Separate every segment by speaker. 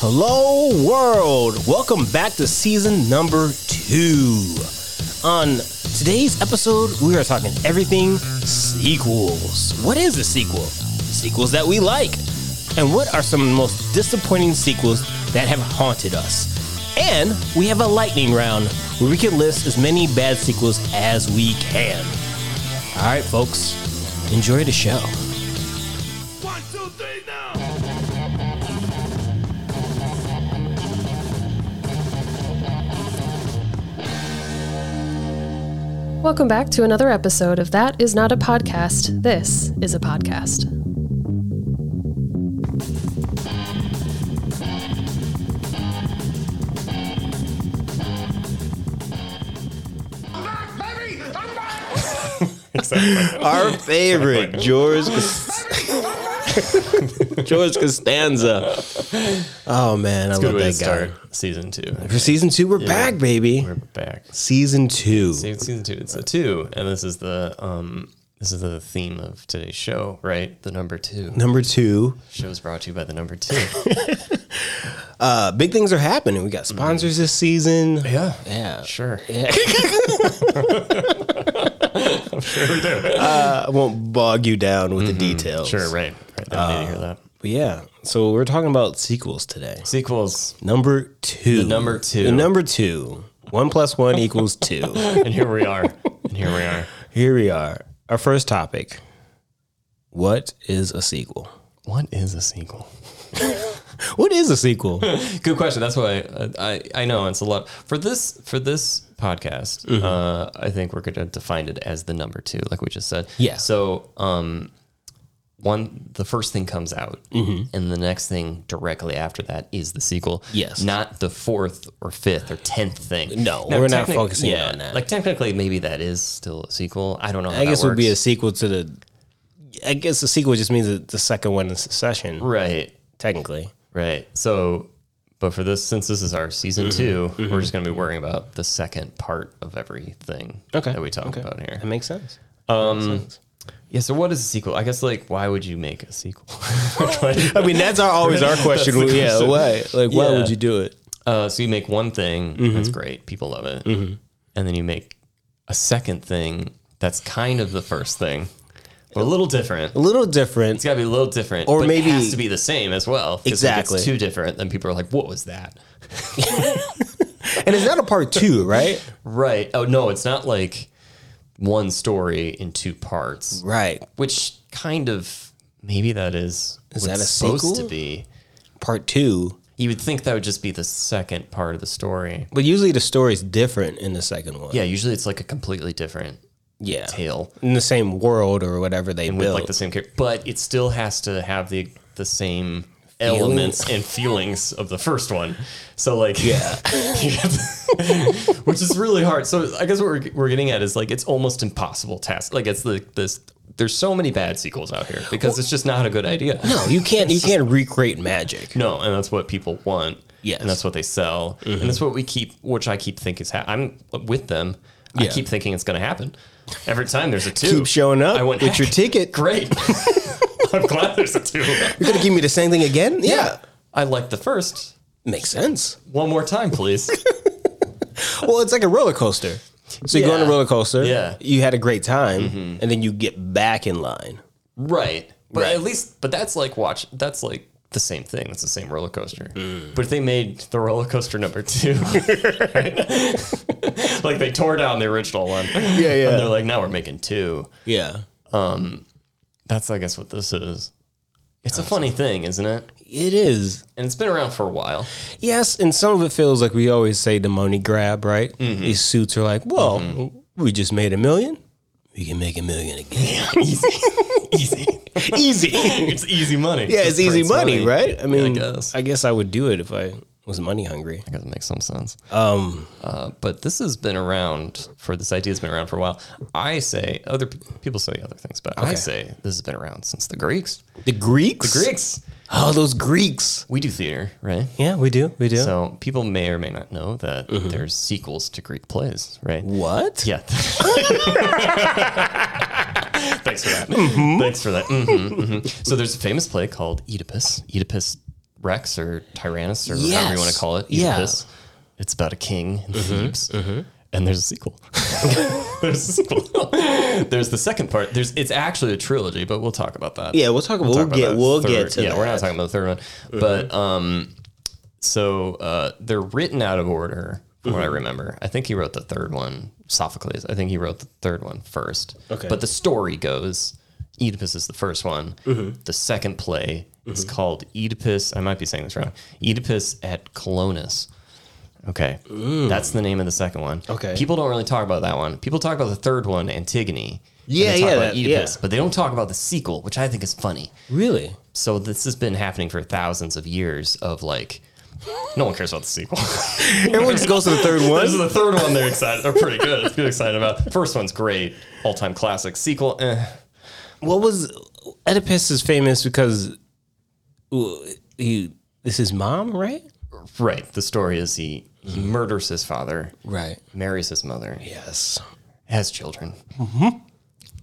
Speaker 1: Hello, world. Welcome back to season number two. On today's episode, we are talking everything sequels. What is a sequel? Sequels that we like. And what are some of the most disappointing sequels that have haunted us? And we have a lightning round where we can list as many bad sequels as we can. All right, folks, enjoy the show.
Speaker 2: One, two, three, now!
Speaker 3: Welcome back to another episode of That Is Not a Podcast. This is a podcast.
Speaker 2: Back, baby! I'm back!
Speaker 4: Our favorite, George George Costanza.
Speaker 1: Oh, man, I
Speaker 4: Good
Speaker 1: love
Speaker 4: way to
Speaker 1: that guy.
Speaker 4: start season two.
Speaker 1: For season two, we're back, baby.
Speaker 4: We're back.
Speaker 1: season two.
Speaker 4: Season season two. It's the two, and this is the um, this is the theme of today's show, right? The number two.
Speaker 1: Number two,
Speaker 4: Show is brought to you by the number two.
Speaker 1: uh, big things are happening. We got sponsors this season.
Speaker 4: Yeah.
Speaker 1: Yeah.
Speaker 4: Sure.
Speaker 1: Uh, I won't bog you down with the details.
Speaker 4: Mm-hmm. Sure. Right. Right. I need to hear that.
Speaker 1: But yeah. So we're talking about sequels today.
Speaker 4: Sequels.
Speaker 1: Number two.
Speaker 4: The number two.
Speaker 1: The number two. One plus one equals two.
Speaker 4: And here we are. And here we are.
Speaker 1: Here we are. Our first topic. What is a sequel?
Speaker 4: What is a sequel?
Speaker 1: What is a sequel?
Speaker 4: Good question. That's why I, I I know it's a lot for this for this podcast.
Speaker 1: Mm-hmm.
Speaker 4: Uh, I think we're going to define it as the number two, like we just said.
Speaker 1: Yeah.
Speaker 4: So um, one the first thing comes out,
Speaker 1: Mm-hmm.
Speaker 4: and the next thing directly after that is the sequel.
Speaker 1: Yes.
Speaker 4: Not the fourth or fifth or tenth thing.
Speaker 1: No, we're not
Speaker 4: technic-
Speaker 1: focusing on that.
Speaker 4: Like technically, maybe that is still a sequel. I don't know. How
Speaker 1: I
Speaker 4: that
Speaker 1: guess it would be a
Speaker 4: works.
Speaker 1: sequel to the. I guess the sequel just means that the second one in succession,
Speaker 4: right.
Speaker 1: technically.
Speaker 4: Right. So, but for this, since this is our season
Speaker 1: Mm-hmm.
Speaker 4: 2 we we're just going to be worrying about the second part of everything
Speaker 1: Okay.
Speaker 4: that we talk
Speaker 1: Okay.
Speaker 4: about
Speaker 1: That
Speaker 4: here.
Speaker 1: makes sense.
Speaker 4: Um, Yeah. So, what is a sequel? I guess, like, why would you make a sequel?
Speaker 1: I mean, that's our always our question.
Speaker 4: That's the
Speaker 1: yeah,
Speaker 4: question.
Speaker 1: why? Like, why
Speaker 4: Yeah.
Speaker 1: would you do it?
Speaker 4: uh, so, you make one thing that's
Speaker 1: Mm-hmm.
Speaker 4: great, people love it. And then you make a second thing that's kind of the first thing, but a little different.
Speaker 1: A little different.
Speaker 4: It's got to be a little different,
Speaker 1: Or
Speaker 4: but
Speaker 1: maybe-
Speaker 4: it has to be the same as well. 'cause if
Speaker 1: Exactly.
Speaker 4: it's too different, then people are like, "What was that?"
Speaker 1: And it's not a part two, right?
Speaker 4: Right. Oh no, it's not like one story in two parts,
Speaker 1: right.
Speaker 4: which kind of maybe that is
Speaker 1: Is
Speaker 4: what
Speaker 1: that
Speaker 4: it's
Speaker 1: a
Speaker 4: supposed
Speaker 1: sequel?
Speaker 4: to be.
Speaker 1: Part two.
Speaker 4: You would think that would just be the second part of the story.
Speaker 1: But usually the story's different in the second one.
Speaker 4: Yeah, usually it's like a completely different
Speaker 1: Yeah.
Speaker 4: tale
Speaker 1: In the same world or whatever they
Speaker 4: with
Speaker 1: build.
Speaker 4: like the same character, but it still has to have the the same elements and feelings of the first one. So like
Speaker 1: Yeah.
Speaker 4: which is really hard. So I guess what we're, we're getting at is like it's almost impossible task. Like it's the this there's so many bad sequels out here because it's just not a good idea.
Speaker 1: no, you can't. You can't recreate magic.
Speaker 4: No, and that's what people want.
Speaker 1: Yes. Mm-hmm.
Speaker 4: and that's what they sell, and that's what we keep, which I keep think is ha- I'm with them. I
Speaker 1: Yeah.
Speaker 4: keep thinking it's going to happen every time. There's a two.
Speaker 1: Keep showing up
Speaker 4: I went
Speaker 1: with your
Speaker 4: heck,
Speaker 1: ticket.
Speaker 4: Great. I'm glad there's a two.
Speaker 1: You're gonna give me the same thing again? Yeah.
Speaker 4: I like the first.
Speaker 1: Makes sense.
Speaker 4: One more time, please.
Speaker 1: Well, it's like a roller coaster. So you go on a
Speaker 4: Yeah.
Speaker 1: roller coaster.
Speaker 4: Yeah.
Speaker 1: You had a great time, and then you get back in line.
Speaker 4: Right. But
Speaker 1: Right.
Speaker 4: at least, but that's like watch. That's like the same thing. It's the same roller coaster.
Speaker 1: Mm.
Speaker 4: But if they made the roller coaster number two, like they tore down the original one.
Speaker 1: Yeah,
Speaker 4: And they're like, now we're making two.
Speaker 1: yeah.
Speaker 4: That's, I guess, what this is. It's a funny thing, isn't it?
Speaker 1: It is.
Speaker 4: And it's been around for a while.
Speaker 1: Yes, and some of it feels like we always say the money grab, right? These suits are like, well, we just made a million. We can make a million again.
Speaker 4: easy. easy.
Speaker 1: easy.
Speaker 4: It's easy money.
Speaker 1: Yeah, it's easy
Speaker 4: Prince
Speaker 1: money, right? I mean, I guess.
Speaker 4: guess.
Speaker 1: I would do it if I was money hungry.
Speaker 4: I guess it makes some sense. Um, but this has been around for this idea has been around for a while. I say other pe- people say other things, but I say this has been around since the Greeks.
Speaker 1: The Greeks?
Speaker 4: Greeks,
Speaker 1: Oh, those Greeks.
Speaker 4: we do theater, right?
Speaker 1: Yeah, we do. We do.
Speaker 4: So people may or may not know that there's sequels to Greek plays, right?
Speaker 1: what?
Speaker 4: Yeah. Thanks
Speaker 1: Mm-hmm.
Speaker 4: Mm-hmm, for that. Thanks for that. Mhm, mhm. So there's a famous play called Oedipus. Oedipus Rex or Tyrannus or
Speaker 1: Yes.
Speaker 4: whatever you want to call it.
Speaker 1: Yeah. Mm-hmm,
Speaker 4: Oedipus. It's about a king in Thebes. And there's a sequel. there's a sequel. there's the second part. There's it's actually a trilogy, but we'll talk about that.
Speaker 1: Yeah, we'll talk- we'll
Speaker 4: about
Speaker 1: get-
Speaker 4: that
Speaker 1: we'll
Speaker 4: third-
Speaker 1: get to
Speaker 4: Yeah, we're not
Speaker 1: that. Mm-hmm.
Speaker 4: talking about the third one. But um so uh they're written out of order from
Speaker 1: Mm-hmm.
Speaker 4: what I remember. I think he wrote the third one, Sophocles. I think he wrote the third one first.
Speaker 1: Okay.
Speaker 4: But the story goes Oedipus is the first one.
Speaker 1: Mm-hmm.
Speaker 4: The second play is called Oedipus. I might be saying this wrong. Oedipus at Colonus. Okay. That's the name of the second one.
Speaker 1: Mm. Okay.
Speaker 4: People don't really talk about that one. People talk about the third one, Antigone. and
Speaker 1: Yeah,
Speaker 4: they talk
Speaker 1: yeah,
Speaker 4: About
Speaker 1: that-
Speaker 4: Oedipus,
Speaker 1: yeah.
Speaker 4: But they don't talk about the sequel, which I think is funny.
Speaker 1: Really?
Speaker 4: So this has been happening for thousands of years of like, no one cares about the sequel.
Speaker 1: Everyone just goes to the third one.
Speaker 4: this is the third one they're excited. They're pretty good. They're excited about. First one's great, all time classic. Sequel, eh.
Speaker 1: what was Oedipus is famous because well, he this is mom, right?
Speaker 4: right. The story is he, he murders his father,
Speaker 1: Right.
Speaker 4: marries his mother,
Speaker 1: Yes.
Speaker 4: has children.
Speaker 1: Mm-hmm.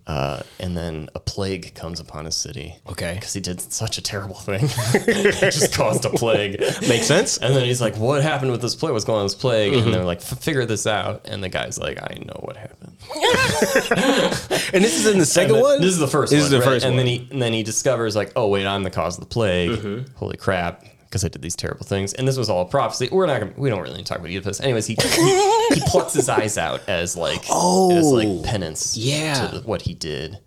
Speaker 4: Uh, and then a plague comes upon his city.
Speaker 1: Okay.
Speaker 4: Because he did such a terrible thing. it just caused a plague.
Speaker 1: Makes sense. Mm-hmm.
Speaker 4: And then he's like, What happened with this plague? What's going on with this plague? And they're like, "F- Figure this out. And the guy's like, I know what happened.
Speaker 1: And this is in the second
Speaker 4: And then-
Speaker 1: one.
Speaker 4: This is the first
Speaker 1: This
Speaker 4: one.
Speaker 1: is the
Speaker 4: right?
Speaker 1: first
Speaker 4: and
Speaker 1: one.
Speaker 4: Then he, and then he discovers, like, Oh, wait, I'm the cause of the plague.
Speaker 1: Mm-hmm.
Speaker 4: Holy crap. Because I did these terrible things. And this was all a prophecy. We're not gonna, we don't really need to talk about Oedipus. Anyways, he, he, he plucks his eyes out as like, as
Speaker 1: Oh.
Speaker 4: like penance
Speaker 1: Yeah.
Speaker 4: to the- what he did.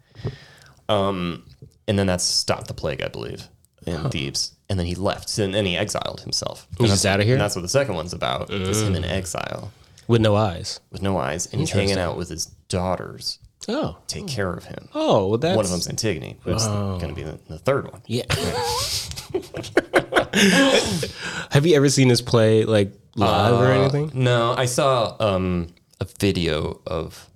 Speaker 4: Um, and then that's stopped the plague, I believe, in Thebes. And then he left, and then he exiled himself. And
Speaker 1: just
Speaker 4: that's-
Speaker 1: outta here?
Speaker 4: And that's what the second one's about. Is him
Speaker 1: Mm.
Speaker 4: in exile
Speaker 1: with no eyes.
Speaker 4: with no eyes, and he's hanging out with his daughters.
Speaker 1: Oh.
Speaker 4: Take care of him.
Speaker 1: Oh, well that's
Speaker 4: One of them's Antigone, which is going to be the, the third one.
Speaker 1: Yeah. Have you ever seen this play like live or anything?
Speaker 4: No, I saw um, a video of.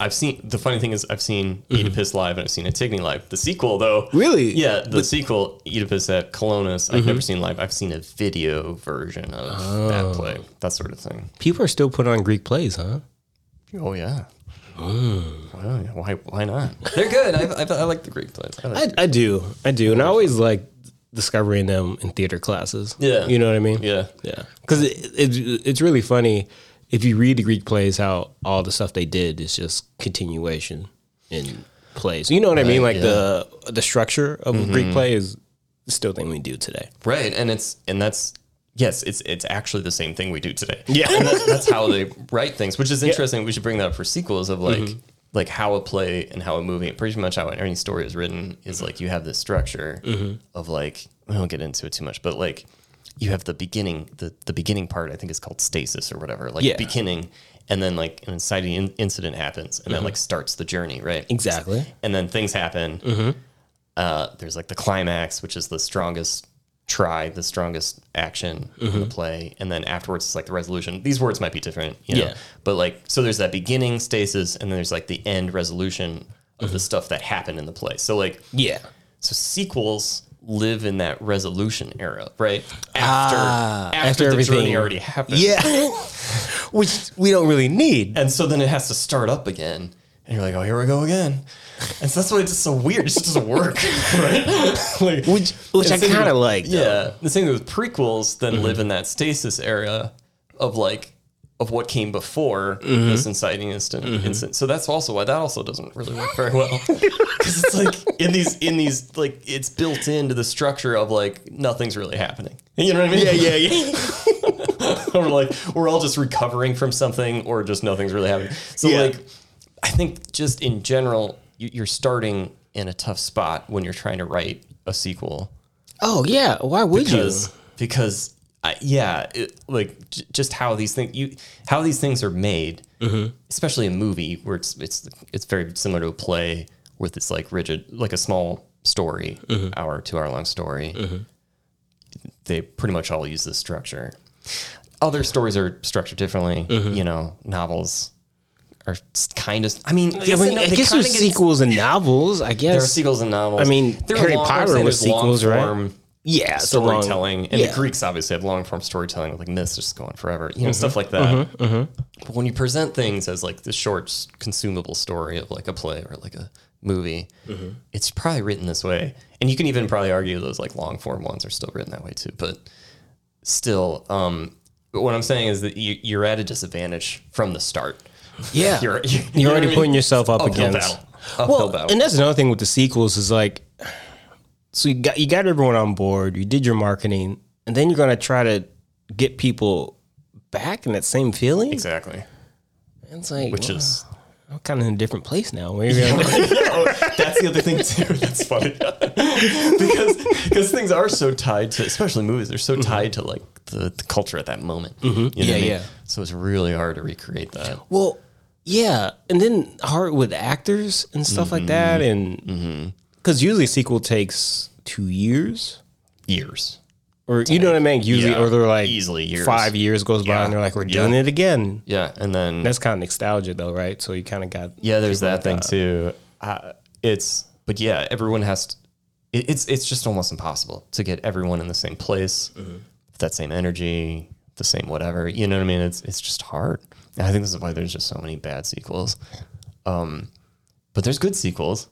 Speaker 4: I've seen the funny thing is I've seen Oedipus live and I've seen Antigone live. The sequel though,
Speaker 1: Really?
Speaker 4: yeah, the sequel Oedipus at Colonus. I've never seen live. I've seen a video version of that play, that sort of thing.
Speaker 1: People are still putting on Greek plays, huh?
Speaker 4: Oh yeah. Well, why? Why not? Oh. They're good. I, I, I like the Greek plays. I like
Speaker 1: I, I do. I do. And I always like discovering them in theater classes.
Speaker 4: Yeah.
Speaker 1: You know what I mean?
Speaker 4: Yeah.
Speaker 1: Yeah. Because it, it, it's really funny if you read the Greek plays, how all the stuff they did is just continuation in plays. You know what I mean? Like
Speaker 4: Right,
Speaker 1: the the structure of a Greek play is still thing we do today.
Speaker 4: Right, and it's and that's yes, it's it's actually the same thing we do today.
Speaker 1: Yeah.
Speaker 4: and that, that's how they write things, which is interesting. We should bring that up for sequels of like
Speaker 1: Mm-hmm.
Speaker 4: like how a play and how a movie, and pretty much how any story is written, is like you have this structure
Speaker 1: Mm-hmm.
Speaker 4: of like we don't get into it too much, but like you have the beginning, the the beginning part I think is called stasis or whatever, like
Speaker 1: Yeah.
Speaker 4: beginning. And then, like an inciting in- incident happens, and that like starts the journey, right?
Speaker 1: Mm-hmm. Exactly.
Speaker 4: and then things happen. Uh, there's like the climax, which is the strongest try, the strongest action in
Speaker 1: Mm-hmm.
Speaker 4: the play, and then afterwards it's like the resolution. These words might be different, you know,
Speaker 1: Yeah.
Speaker 4: but like so there's that beginning stasis, and then there's like the end resolution of
Speaker 1: Mm-hmm.
Speaker 4: the stuff that happened in the play. So like
Speaker 1: Yeah.
Speaker 4: so sequels live in that resolution era, right? After after,
Speaker 1: Ah, after
Speaker 4: the
Speaker 1: everything-
Speaker 4: journey already happened,
Speaker 1: Yeah. Which we don't really need.
Speaker 4: and so then it has to start up again. And you're like, oh, here we go again. And so that's why it's just so weird. It just doesn't work, right? like,
Speaker 1: Which- which
Speaker 4: and
Speaker 1: I
Speaker 4: the same
Speaker 1: kinda
Speaker 4: with-
Speaker 1: like, though. Mm-hmm.
Speaker 4: Yeah, the same thing with prequels then live in that stasis area of like of what came before
Speaker 1: Mm-hmm.
Speaker 4: this inciting instant incident. So that's also why that also doesn't really work very well because it's like in these in these like it's built into the structure of like nothing's really happening. You know what I mean? Yeah, yeah, yeah. we're like we're all just recovering from something or just nothing's really happening. So
Speaker 1: Yeah.
Speaker 4: like I think just in general you, you're starting in a tough spot when you're trying to write a sequel
Speaker 1: Oh, yeah. Why would
Speaker 4: because because I, yeah, it, like j- just how these things you how these things are made,
Speaker 1: Mm-hmm.
Speaker 4: especially a movie where it's it's it's very similar to a play with this like rigid like a small story,
Speaker 1: Mm-hmm.
Speaker 4: hour two hour long story. They pretty much all use this structure. Other stories are structured differently.
Speaker 1: Mm-hmm.
Speaker 4: You know, novels are kind of. I mean,
Speaker 1: you? I, mean, I guess
Speaker 4: kind of
Speaker 1: there's sequels and novels, I guess.
Speaker 4: There are sequels and novels.
Speaker 1: I mean,
Speaker 4: There are
Speaker 1: Harry
Speaker 4: long- I would
Speaker 1: Potter
Speaker 4: say
Speaker 1: was
Speaker 4: there's long
Speaker 1: sequels, right?
Speaker 4: form
Speaker 1: yeah, it's a long-
Speaker 4: storytelling, and
Speaker 1: yeah. Mm-hmm.
Speaker 4: the Greeks obviously have long form storytelling with like myths just going forever, you know, stuff like that. But when you present things as like the short, s- consumable story of like a play or like a movie,
Speaker 1: Mm-hmm.
Speaker 4: it's probably written this way. And you can even probably argue those like long form ones are still written that way too. But still, um, but what I'm saying is that you, you're at a disadvantage from the start.
Speaker 1: Yeah.
Speaker 4: You're, you know
Speaker 1: You're
Speaker 4: what
Speaker 1: already
Speaker 4: I mean?
Speaker 1: putting yourself up
Speaker 4: Uphill
Speaker 1: against.
Speaker 4: battle. Uphill
Speaker 1: Well,
Speaker 4: battle.
Speaker 1: and that's another thing with the sequels is like, so you got you got everyone on board, you did your marketing, and then you're gonna try to get people back in that same feeling.
Speaker 4: exactly.
Speaker 1: It's like
Speaker 4: Which
Speaker 1: well,
Speaker 4: is
Speaker 1: I'm kind of in a different place now. Where you're gonna,
Speaker 4: That's the other thing too. That's funny because because things are so tied to, especially movies. They're so tied to like the, the culture at that moment. You know
Speaker 1: Yeah,
Speaker 4: what I mean?
Speaker 1: yeah.
Speaker 4: So it's really hard to recreate that.
Speaker 1: well, yeah, and then hard with actors and stuff like
Speaker 4: Mm-hmm.
Speaker 1: that, and because usually a sequel takes two years.
Speaker 4: Years.
Speaker 1: Or you know what I mean? Usually,
Speaker 4: Yeah.
Speaker 1: or they're like
Speaker 4: Easily years.
Speaker 1: five years goes by,
Speaker 4: Yeah.
Speaker 1: and they're like, "We're
Speaker 4: Yeah.
Speaker 1: doing it again."
Speaker 4: Yeah, and then
Speaker 1: That's kind of nostalgia, though, right? So you kind of got
Speaker 4: yeah, there's that thing too. Uh, it's but yeah, everyone has to. It, it's it's just almost impossible to get everyone in the same place, with that same energy, the same whatever. You know what I mean? It's it's just hard. And I think this is why there's just so many bad sequels. Um, but there's good sequels,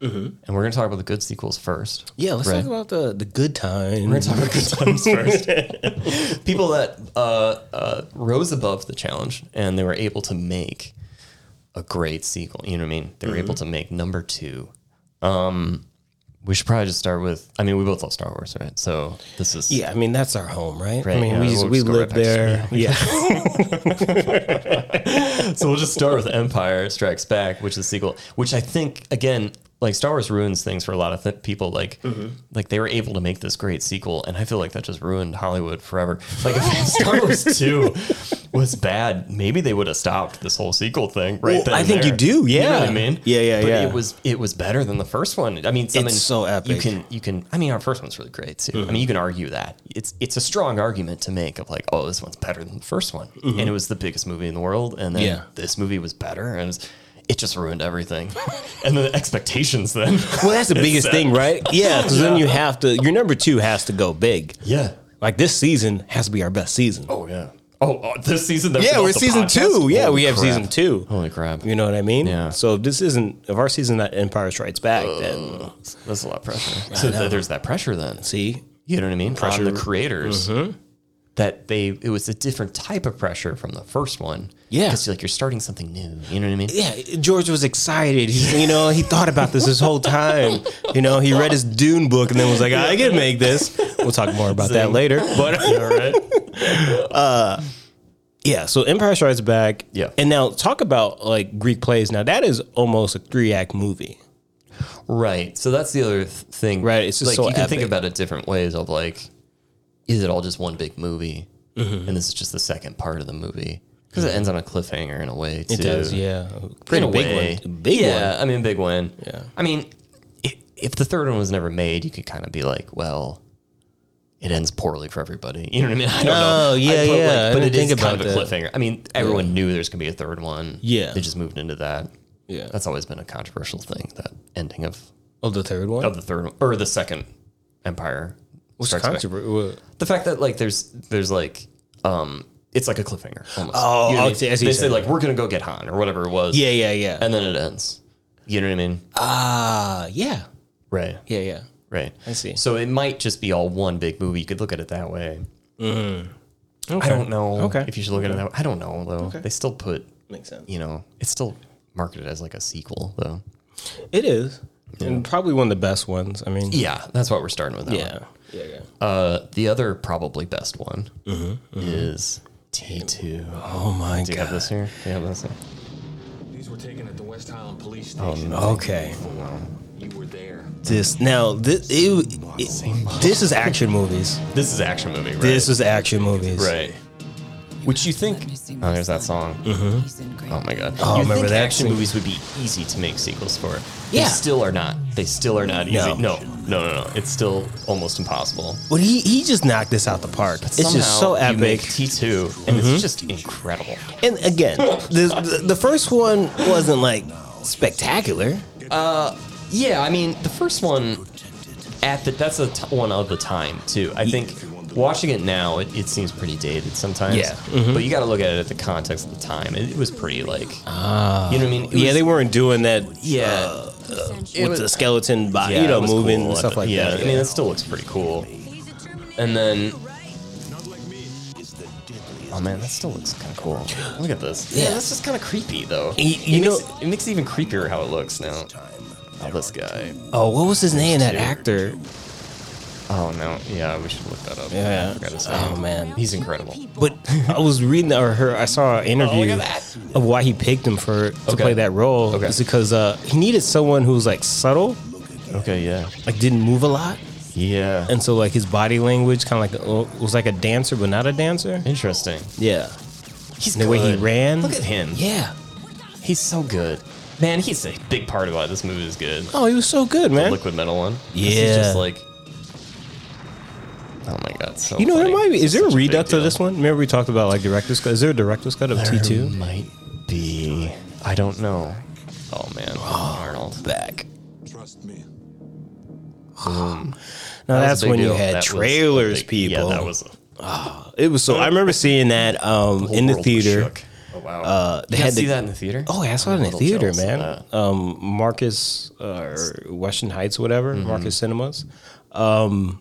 Speaker 4: and we're gonna talk about the good sequels first.
Speaker 1: Yeah, let's
Speaker 4: Right.
Speaker 1: talk about the the good time.
Speaker 4: We're gonna talk about good times first. People that uh, uh, rose above the challenge and they were able to make a great sequel. You know what I mean? They were able to make number two. Um, we should probably just start with. I mean, we both love Star Wars, right? So this is
Speaker 1: yeah, I mean that's our home, right? I
Speaker 4: Right,
Speaker 1: mean
Speaker 4: yeah,
Speaker 1: we just,
Speaker 4: we'll
Speaker 1: we
Speaker 4: just go
Speaker 1: live
Speaker 4: right back to
Speaker 1: there. Yeah,
Speaker 4: So we'll just start with Empire Strikes Back, which is the sequel, which I think again, like Star Wars ruins things for a lot of th- people. Like, like they were able to make this great sequel, and I feel like that just ruined Hollywood forever. Like, if Star Wars Two was bad, maybe they would have stopped this whole sequel thing. Right?
Speaker 1: Well,
Speaker 4: then
Speaker 1: I
Speaker 4: and
Speaker 1: think you
Speaker 4: there.
Speaker 1: do,
Speaker 4: You know
Speaker 1: yeah.
Speaker 4: what I mean?
Speaker 1: Yeah, yeah,
Speaker 4: but
Speaker 1: yeah.
Speaker 4: It was it was better than the first one. I mean, something
Speaker 1: so epic.
Speaker 4: You can you can. I mean, our first one's really great too.
Speaker 1: Mm-hmm.
Speaker 4: I mean, you can argue that it's it's a strong argument to make of like, oh, this one's better than the first one, and it was the biggest movie in the world, and then
Speaker 1: Mm-hmm. Yeah.
Speaker 4: this movie was better and it's- it just ruined everything. and the expectations then.
Speaker 1: well that's the biggest
Speaker 4: sad.
Speaker 1: thing, right? Yeah, because then you have to your number two has to go big.
Speaker 4: yeah.
Speaker 1: Like this season has to be our best season.
Speaker 4: Oh yeah. Oh, oh, this season. that
Speaker 1: yeah,
Speaker 4: built
Speaker 1: we're
Speaker 4: the
Speaker 1: season
Speaker 4: podcast?
Speaker 1: two. Yeah,
Speaker 4: Holy
Speaker 1: we have
Speaker 4: crap.
Speaker 1: season two.
Speaker 4: Holy crap.
Speaker 1: You know what I mean?
Speaker 4: Yeah.
Speaker 1: So if this isn't if our season that Empire Strikes Back, then
Speaker 4: That's a lot of pressure. So th- there's that pressure then.
Speaker 1: see,
Speaker 4: You know what I mean?
Speaker 1: Pressure. Mm-hmm.
Speaker 4: On the creators. That they, it was a different type of pressure from the first one.
Speaker 1: Yeah.
Speaker 4: Because like you're starting something new. You know what I mean?
Speaker 1: yeah, George was excited. He, you know, he thought about this this whole time. You know, he read his Dune book and then was like, I can make this. We'll talk more about that
Speaker 4: Zing.
Speaker 1: later. But uh,
Speaker 4: All right.
Speaker 1: yeah, so Empire Strikes Back.
Speaker 4: Yeah.
Speaker 1: And now talk about like Greek plays. Now that is almost a three act movie.
Speaker 4: Right. So that's the other th- thing.
Speaker 1: Right, it's just
Speaker 4: like
Speaker 1: so
Speaker 4: you can think
Speaker 1: epic.
Speaker 4: about it different ways of like, is it all just one big movie?
Speaker 1: Mm-hmm.
Speaker 4: And this is just the second part of the movie because it ends on a cliffhanger in a way. Too.
Speaker 1: It does, yeah.
Speaker 4: In
Speaker 1: Pretty
Speaker 4: a
Speaker 1: big
Speaker 4: way.
Speaker 1: one. Big
Speaker 4: yeah,
Speaker 1: one.
Speaker 4: I mean, big one. Yeah. I mean, i- if the third one was never made, you could kind of be like, well, it ends poorly for everybody. You know what I mean? I don't know.
Speaker 1: Oh,
Speaker 4: I-
Speaker 1: yeah,
Speaker 4: but, like,
Speaker 1: yeah. I
Speaker 4: but
Speaker 1: didn't
Speaker 4: it is
Speaker 1: think
Speaker 4: kind
Speaker 1: about
Speaker 4: of a
Speaker 1: that.
Speaker 4: cliffhanger. I mean, everyone knew there's gonna be a third one.
Speaker 1: Yeah.
Speaker 4: They just moved into that.
Speaker 1: Yeah.
Speaker 4: That's always been a controversial thing. That ending of
Speaker 1: Oh, the third one?
Speaker 4: of the third one- or the second empire
Speaker 1: What's
Speaker 4: Strikes Back.
Speaker 1: controversial?
Speaker 4: the fact that like there's there's like um it's like a cliffhanger almost
Speaker 1: Oh,
Speaker 4: what I
Speaker 1: I
Speaker 4: mean?
Speaker 1: see- I see
Speaker 4: they
Speaker 1: what
Speaker 4: say
Speaker 1: you're
Speaker 4: like we're gonna go get han or whatever it was
Speaker 1: Yeah, yeah, yeah.
Speaker 4: and then it ends you know what i mean
Speaker 1: Ah, yeah.
Speaker 4: right
Speaker 1: Yeah, yeah.
Speaker 4: right i
Speaker 1: see.
Speaker 4: so it might just be all one big movie you could look at it that way i don't know
Speaker 1: Mm-hmm. Okay.
Speaker 4: if you should look at it that way i don't know though they still put
Speaker 1: Makes sense.
Speaker 4: you know it's still marketed as like a sequel though
Speaker 1: It is. And probably one of the best ones. I mean,
Speaker 4: yeah that's what we're starting with that one.
Speaker 1: yeah. Yeah, yeah.
Speaker 4: Uh, the other probably best one is T2.
Speaker 1: Mm-hmm, Oh my
Speaker 4: Do you have
Speaker 1: god.
Speaker 4: this here? Do you have this here?
Speaker 5: These were taken at the West Highland Police
Speaker 1: Oh,
Speaker 5: Station.
Speaker 1: Okay.
Speaker 5: You were there.
Speaker 1: This now this it, it- this is action movies.
Speaker 4: This is action movie, right?
Speaker 1: This is action movies.
Speaker 4: right. Which you think? Oh, there's that song. Oh my god!
Speaker 1: Mm-hmm. Oh,
Speaker 4: you
Speaker 1: remember
Speaker 4: think
Speaker 1: that
Speaker 4: action
Speaker 1: scene.
Speaker 4: movies would be easy to make sequels for?
Speaker 1: Yeah.
Speaker 4: They still are not. They still are not easy.
Speaker 1: No.
Speaker 4: No, no, no, no. It's still almost impossible.
Speaker 1: But he he just knocked this out the park. it's just so
Speaker 4: Somehow you make
Speaker 1: epic. Mm-hmm.
Speaker 4: T2, and it's just incredible.
Speaker 1: and again, the, the the first one wasn't like spectacular.
Speaker 4: Yeah, I mean the first one at the that's a t- one of the time too. I think watching it now, it, it seems pretty dated sometimes.
Speaker 1: Yeah. Mm-hmm.
Speaker 4: but you got to look at it at the context of the time. It, it was pretty like, you know what I mean? It
Speaker 1: Ah. Yeah,
Speaker 4: was-
Speaker 1: they weren't doing that. uh,
Speaker 4: yeah.
Speaker 1: with
Speaker 4: was-
Speaker 1: the skeleton body, you
Speaker 4: it
Speaker 1: know,
Speaker 4: was
Speaker 1: moving
Speaker 4: cool.
Speaker 1: and stuff like
Speaker 4: yeah,
Speaker 1: that.
Speaker 4: I mean, it still looks pretty cool. And then, oh man, that still looks kind of cool. Look at this. Yeah, that's just kind of creepy though.
Speaker 1: Y- you
Speaker 4: it
Speaker 1: know-
Speaker 4: makes, it makes it even creepier how it looks now. Oh, this guy.
Speaker 1: Oh, what was his name? That
Speaker 4: Dude.
Speaker 1: actor.
Speaker 4: Oh no. Yeah, we should look that up.
Speaker 1: Yeah.
Speaker 4: I forgot his name.
Speaker 1: Oh man.
Speaker 4: he's incredible.
Speaker 1: But I was reading or her. I
Speaker 4: Oh,
Speaker 1: saw an interview
Speaker 4: at that.
Speaker 1: of why he picked him for to
Speaker 4: Okay.
Speaker 1: play that role.
Speaker 4: Okay.
Speaker 1: It's because uh, he needed someone who was like subtle,
Speaker 4: Okay. Yeah.
Speaker 1: like didn't move a lot,
Speaker 4: Yeah.
Speaker 1: and so like his body language kind of like uh, was like a dancer but not a dancer.
Speaker 4: Interesting.
Speaker 1: Yeah.
Speaker 4: He's
Speaker 1: And the way he
Speaker 4: good.
Speaker 1: ran.
Speaker 4: Look at him.
Speaker 1: Yeah.
Speaker 4: He's so good. Man, he's a big part of why this movie is good.
Speaker 1: Oh, he was so good,
Speaker 4: The
Speaker 1: man.
Speaker 4: liquid metal one. 'Cause
Speaker 1: Yeah.
Speaker 4: He's just like. Oh my god. So
Speaker 1: you know,
Speaker 4: funny.
Speaker 1: there might be. Is there a
Speaker 4: Such big
Speaker 1: reduct of
Speaker 4: deal.
Speaker 1: this one? Remember we talked about like director's cut. Is there a director's cut of T
Speaker 4: There
Speaker 1: two?
Speaker 4: might be. I don't know. Oh man, Arnold back.
Speaker 5: Trust me.
Speaker 1: No, that's when you
Speaker 4: That
Speaker 1: had
Speaker 4: was a
Speaker 1: trailers,
Speaker 4: big-
Speaker 1: people.
Speaker 4: Yeah, that was. A,
Speaker 1: It was so. I remember seeing that um,
Speaker 4: whole
Speaker 1: in the
Speaker 4: world was
Speaker 1: theater.
Speaker 4: shook. Oh wow.
Speaker 1: Uh, they
Speaker 4: you
Speaker 1: had
Speaker 4: had see
Speaker 1: the-
Speaker 4: that in the theater.
Speaker 1: Oh, I saw it
Speaker 4: I'm
Speaker 1: in
Speaker 4: a
Speaker 1: the
Speaker 4: little Uh.
Speaker 1: theater,
Speaker 4: jealous of
Speaker 1: man.
Speaker 4: that.
Speaker 1: Um, Marcus uh, or Western Heights, whatever.
Speaker 4: Mm-hmm.
Speaker 1: Marcus Cinemas. Um,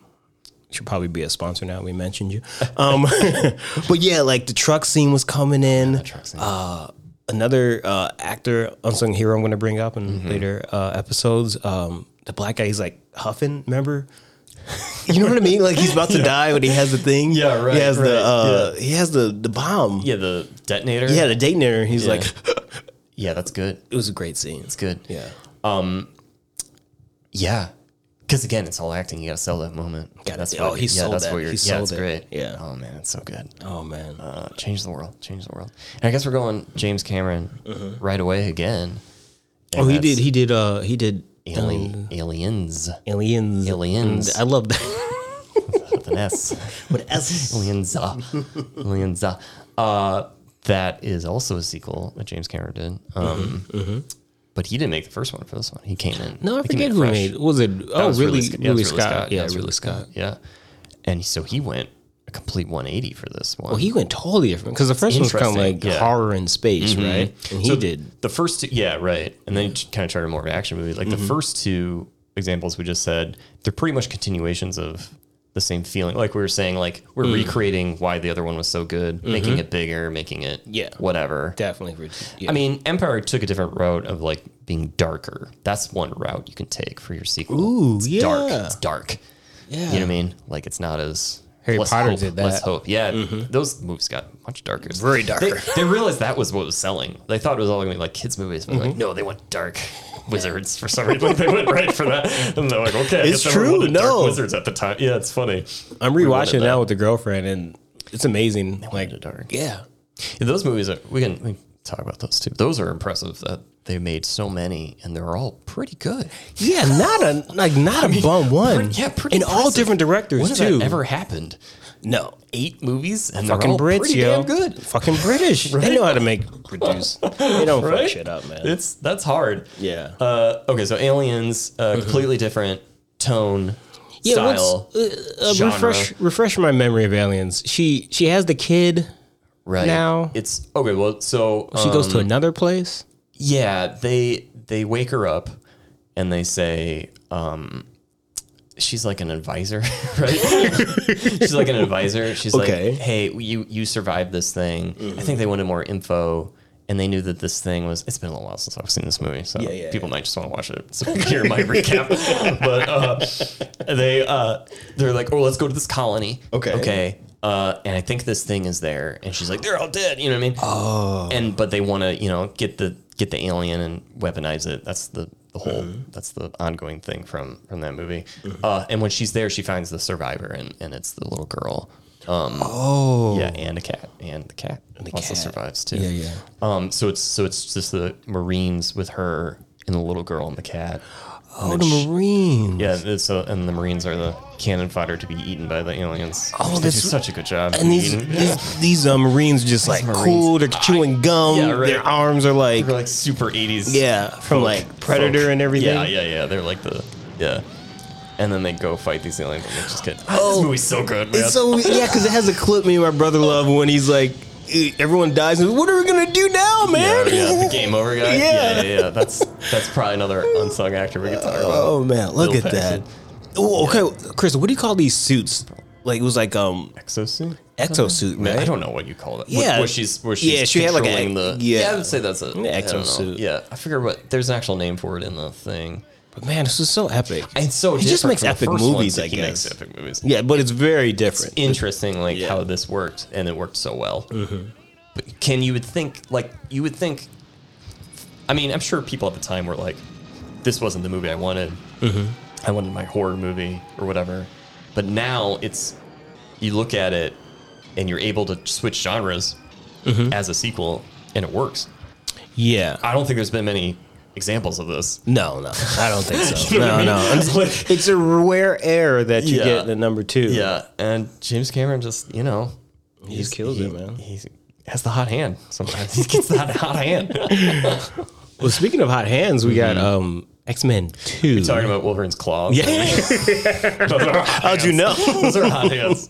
Speaker 1: should probably be a sponsor now. We mentioned you. Um, but yeah, like the truck scene was coming in.
Speaker 4: Truck scene.
Speaker 1: Another uh, actor, unsung hero, I'm going to bring up in
Speaker 4: Mm-hmm.
Speaker 1: later uh, episodes. Um, the black guy, he's like huffing. Remember? You know what I mean? Like he's about to die, but he has the thing.
Speaker 4: Yeah, right,
Speaker 1: He has
Speaker 4: right,
Speaker 1: the uh, he has the the bomb.
Speaker 4: yeah, the detonator.
Speaker 1: Yeah, the detonator. He's
Speaker 4: Yeah.
Speaker 1: like,
Speaker 4: yeah, that's good.
Speaker 1: it was a great scene.
Speaker 4: It's good.
Speaker 1: Yeah.
Speaker 4: Yeah. Because again, it's all acting. You gotta sell that moment. Yeah, that's
Speaker 1: Oh,
Speaker 4: what,
Speaker 1: he
Speaker 4: yeah,
Speaker 1: sold
Speaker 4: that's
Speaker 1: that.
Speaker 4: What you're,
Speaker 1: He
Speaker 4: yeah,
Speaker 1: sold
Speaker 4: it's
Speaker 1: it.
Speaker 4: great.
Speaker 1: Yeah.
Speaker 4: Oh man, it's so good.
Speaker 1: Oh man.
Speaker 4: Uh, change the world. Change the world. And I guess we're going James Cameron right away again.
Speaker 1: Mm-hmm. oh,
Speaker 4: And
Speaker 1: he did.
Speaker 4: that's
Speaker 1: He did. Uh, he did.
Speaker 4: Ali-
Speaker 1: um,
Speaker 4: aliens.
Speaker 1: aliens.
Speaker 4: Aliens.
Speaker 1: I love that.
Speaker 4: With an S.
Speaker 1: but as
Speaker 4: aliens. uh, Aliens. uh. Uh, that is also a sequel that James Cameron did. Um, But he didn't make the first one for this one. He came in.
Speaker 1: Mm-hmm. no, I
Speaker 4: he came
Speaker 1: forget
Speaker 4: in
Speaker 1: who
Speaker 4: fresh.
Speaker 1: made. Was it?
Speaker 4: That
Speaker 1: Oh,
Speaker 4: was
Speaker 1: really?
Speaker 4: Ridley Sc- yeah, it
Speaker 1: Really
Speaker 4: was Ridley
Speaker 1: Scott. Yeah,
Speaker 4: it was
Speaker 1: really Scott.
Speaker 4: Yeah. And so he went a complete 180 for this one.
Speaker 1: Well, he went totally different because the first one's kind of
Speaker 4: interesting,
Speaker 1: like
Speaker 4: yeah.
Speaker 1: horror in space, right? Mm-hmm. And he
Speaker 4: So
Speaker 1: did.
Speaker 4: the first two, yeah, right. And then he kind of turned it more of an action movie. Like
Speaker 1: Mm-hmm.
Speaker 4: the first two examples we just said, they're pretty much continuations of the same feeling. Like we were saying, like we're
Speaker 1: Mm.
Speaker 4: recreating why the other one was so good, making it bigger, making it
Speaker 1: Mm-hmm. Yeah.
Speaker 4: whatever.
Speaker 1: Definitely. For, yeah.
Speaker 4: I mean, Empire took a different route of like being darker. That's one route you can take for your sequel.
Speaker 1: Ooh,
Speaker 4: it's dark.
Speaker 1: yeah.
Speaker 4: It's dark.
Speaker 1: yeah.
Speaker 4: You know what I mean? Like it's not as
Speaker 1: Harry
Speaker 4: less
Speaker 1: Potter
Speaker 4: hope,
Speaker 1: did that.
Speaker 4: Less hope. Yeah, those movies got much darker.
Speaker 1: Mm-hmm. Very darker.
Speaker 4: They, they realized that was what was selling. They thought it was all going to be like kids movies, but they're
Speaker 1: Mm-hmm.
Speaker 4: like no, they want dark wizards for some reason. Like, they went right for that, and they're like, okay, I
Speaker 1: It's
Speaker 4: guess everyone
Speaker 1: true,
Speaker 4: wanted dark
Speaker 1: no.
Speaker 4: wizards at the time. Yeah, it's funny.
Speaker 1: I'm
Speaker 4: We
Speaker 1: rewatching
Speaker 4: wanted
Speaker 1: it now
Speaker 4: that.
Speaker 1: with the girlfriend, and it's amazing. Like
Speaker 4: it dark.
Speaker 1: Yeah.
Speaker 4: Yeah, those movies are. We can, we can talk about those too. Those are impressive. That they made so many, and they're all pretty good.
Speaker 1: Yeah, not a like not a bum one.
Speaker 4: Pretty- yeah, pretty.
Speaker 1: and all
Speaker 4: impressive.
Speaker 1: different directors
Speaker 4: when has
Speaker 1: too.
Speaker 4: That ever happened?
Speaker 1: no,
Speaker 4: Eight movies, and they're
Speaker 1: fucking
Speaker 4: all
Speaker 1: Brits,
Speaker 4: pretty
Speaker 1: yo.
Speaker 4: damn good.
Speaker 1: Fucking British. They know how to make produce. They don't fuck
Speaker 4: Right?
Speaker 1: shit up, man.
Speaker 4: It's that's hard.
Speaker 1: yeah. Mm-hmm.
Speaker 4: Uh, okay, so Aliens, uh, completely different tone,
Speaker 1: yeah. what's-
Speaker 4: style,
Speaker 1: uh, uh,
Speaker 4: genre.
Speaker 1: refresh refresh my memory of aliens. She she has the kid.
Speaker 4: right
Speaker 1: now-
Speaker 4: It's okay. Well, so
Speaker 1: She
Speaker 4: um,
Speaker 1: goes to another place.
Speaker 4: yeah. They they wake her up, and they say, um, she's like an advisor, right? she's like an advisor. She's
Speaker 1: Okay.
Speaker 4: like, hey, you you survived this thing. I think they wanted more info. And they knew that this thing was. It's been a little while since I've seen this movie, so
Speaker 1: yeah,
Speaker 4: people might just want to watch it. So hear my recap. but uh, they uh they're like, oh, let's go to this colony.
Speaker 1: Okay.
Speaker 4: Okay. Uh, and I think this thing is there, and she's like, they're all dead. You know what I mean? Oh. And but they want to, you know, get the get the alien and weaponize it. That's the the whole.
Speaker 1: Mm-hmm.
Speaker 4: That's the ongoing thing from from that movie. Uh, and when she's there, she finds the survivor, and and it's the little girl. Um, oh. Yeah, and a cat, and the cat also
Speaker 1: cat.
Speaker 4: survives too.
Speaker 1: yeah.
Speaker 4: Um. So it's so it's just the Marines with her and the little girl and the cat.
Speaker 1: Oh, the Marine.
Speaker 4: Yeah, it's uh and the Marines are the cannon fodder to be eaten by the aliens.
Speaker 1: Oh,
Speaker 4: Oh, they do
Speaker 1: that's-
Speaker 4: such a good job.
Speaker 1: And these
Speaker 4: eating.
Speaker 1: these, these uh, Marines just like
Speaker 4: Marines.
Speaker 1: cool. They're chewing gum.
Speaker 4: Yeah, right.
Speaker 1: Their arms are like
Speaker 4: they're like super eighties.
Speaker 1: yeah, from like Predator and everything.
Speaker 4: Yeah, yeah, yeah. They're like the yeah. And then they go fight these aliens, and they just get.
Speaker 1: Oh.
Speaker 4: this movie's so good, man.
Speaker 1: It's so yeah, because it has a clip me and my brother love when he's like eh, everyone dies. and What are we gonna do now,
Speaker 4: Yeah,
Speaker 1: man?
Speaker 4: yeah, the game over guy.
Speaker 1: Yeah.
Speaker 4: yeah, yeah, yeah. That's that's probably another unsung actor we could talk about.
Speaker 1: Oh man, look
Speaker 4: Bill
Speaker 1: at
Speaker 4: Paxton.
Speaker 1: that. Oh, okay, Chris, what do you call these suits? Like it was like um
Speaker 4: Exosuit.
Speaker 1: exosuit,
Speaker 4: Man,
Speaker 1: right?
Speaker 4: I don't know what you call it.
Speaker 1: Yeah.
Speaker 4: where, where she's where she's
Speaker 1: Yeah, she had like a-
Speaker 4: controlling the
Speaker 1: yeah.
Speaker 4: I would say that's a I don't know.
Speaker 1: exosuit.
Speaker 4: Yeah, I figure what there's an actual name for it in the thing.
Speaker 1: But man, this is so epic.
Speaker 4: And it's so
Speaker 1: He just
Speaker 4: different
Speaker 1: makes
Speaker 4: from the
Speaker 1: epic
Speaker 4: first one,
Speaker 1: movies,
Speaker 4: so
Speaker 1: I
Speaker 4: he
Speaker 1: guess.
Speaker 4: makes epic movies.
Speaker 1: yeah, but it's very different.
Speaker 4: Interesting, like
Speaker 1: Yeah. Mm-hmm.
Speaker 4: how this worked, and it worked so well. But Ken, you would think like you would think. I mean, I'm sure people at the time were like, "This wasn't the movie I wanted.
Speaker 1: Mm-hmm.
Speaker 4: I wanted my horror movie or whatever." But now it's you look at it, and you're able to switch genres
Speaker 1: Mm-hmm.
Speaker 4: as a sequel, and it works.
Speaker 1: yeah.
Speaker 4: I don't think there's been many examples of this.
Speaker 1: no, no, I don't think so.
Speaker 4: You know what
Speaker 1: no,
Speaker 4: I
Speaker 1: no.
Speaker 4: mean?
Speaker 1: It's,
Speaker 4: Like-
Speaker 1: it's a rare error that you
Speaker 4: Yeah.
Speaker 1: get in the number two.
Speaker 4: Yeah, and James Cameron just you know
Speaker 1: he just kills
Speaker 4: he,
Speaker 1: it, man.
Speaker 4: He has the hot hand. Sometimes he gets that hot hand.
Speaker 1: Well, speaking of hot hands, we got um X Men Two.
Speaker 4: Mm-hmm. Talking about Wolverine's claws.
Speaker 1: yeah,
Speaker 4: Those are hot
Speaker 1: how'd you
Speaker 4: hands.
Speaker 1: know?
Speaker 4: those are hot hands.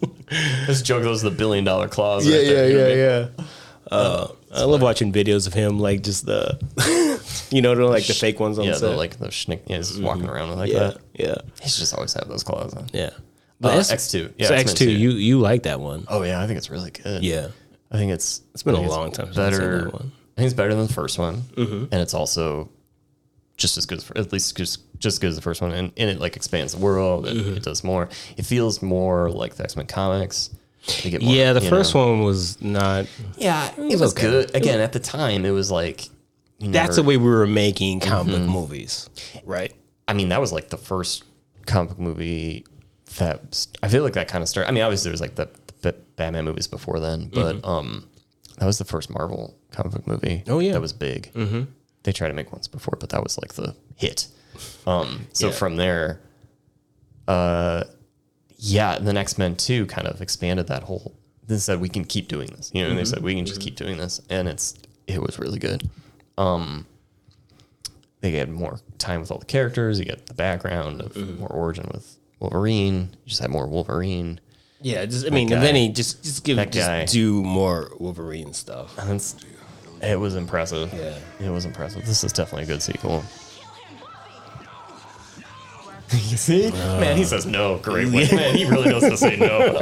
Speaker 4: This joke, those are the billion dollar claws. right there, you know what I mean?
Speaker 1: yeah. Uh, I love watching videos of him, like just the, you know, the, like the fake ones on
Speaker 4: Yeah,
Speaker 1: set.
Speaker 4: the, like the schnick. Yeah, he's just walking around with like
Speaker 1: Mm-hmm. yeah,
Speaker 4: that.
Speaker 1: yeah,
Speaker 4: He should just always have those claws on.
Speaker 1: yeah.
Speaker 4: Uh,
Speaker 1: that's-
Speaker 4: X2. Yeah,
Speaker 1: so
Speaker 4: X-Men
Speaker 1: X2,
Speaker 4: two.
Speaker 1: you you like that one?
Speaker 4: Oh yeah, I think it's really good.
Speaker 1: Yeah,
Speaker 4: I think it's it's
Speaker 1: been a long time since I've seen that one. Mm-hmm.
Speaker 4: I think it's better than the first one, and it's also just as good, as, at least just just as good as the first one, and, and it like expands the world. It,
Speaker 1: Mm-hmm.
Speaker 4: it does more. It feels more like the X Men comics. They get more,
Speaker 1: yeah. The
Speaker 4: you
Speaker 1: first
Speaker 4: know.
Speaker 1: one was not.
Speaker 4: yeah, it was good. Again, at the time, it was like you
Speaker 1: That's
Speaker 4: never-
Speaker 1: the way we were making comic book movies, right?
Speaker 4: I mean, that was like the first comic book movie that s- I feel like that kind of started. I mean, obviously there was like the, the Batman movies before then, but um, that was the first Marvel comic book movie.
Speaker 1: Mm-hmm. Oh, yeah.
Speaker 4: that was big. Mm-hmm. They tried to make ones before, but that was like the hit. Um, so from there, uh, yeah, and then X Men Two kind of expanded that whole. They said we can keep doing this, you know, and
Speaker 1: Mm-hmm.
Speaker 4: they said we can just keep doing this, and it's it was really good they get more time with all the characters. You get the background of more origin with Wolverine. You just had more Wolverine.
Speaker 1: Yeah, just I mean, and then he just just give
Speaker 4: That
Speaker 1: just
Speaker 4: guy.
Speaker 1: do more Wolverine stuff.
Speaker 4: And it's, it was impressive. Yeah. It was impressive. This is definitely a good sequel. you see? man, he says no. Great way. Man, he really knows how to say no.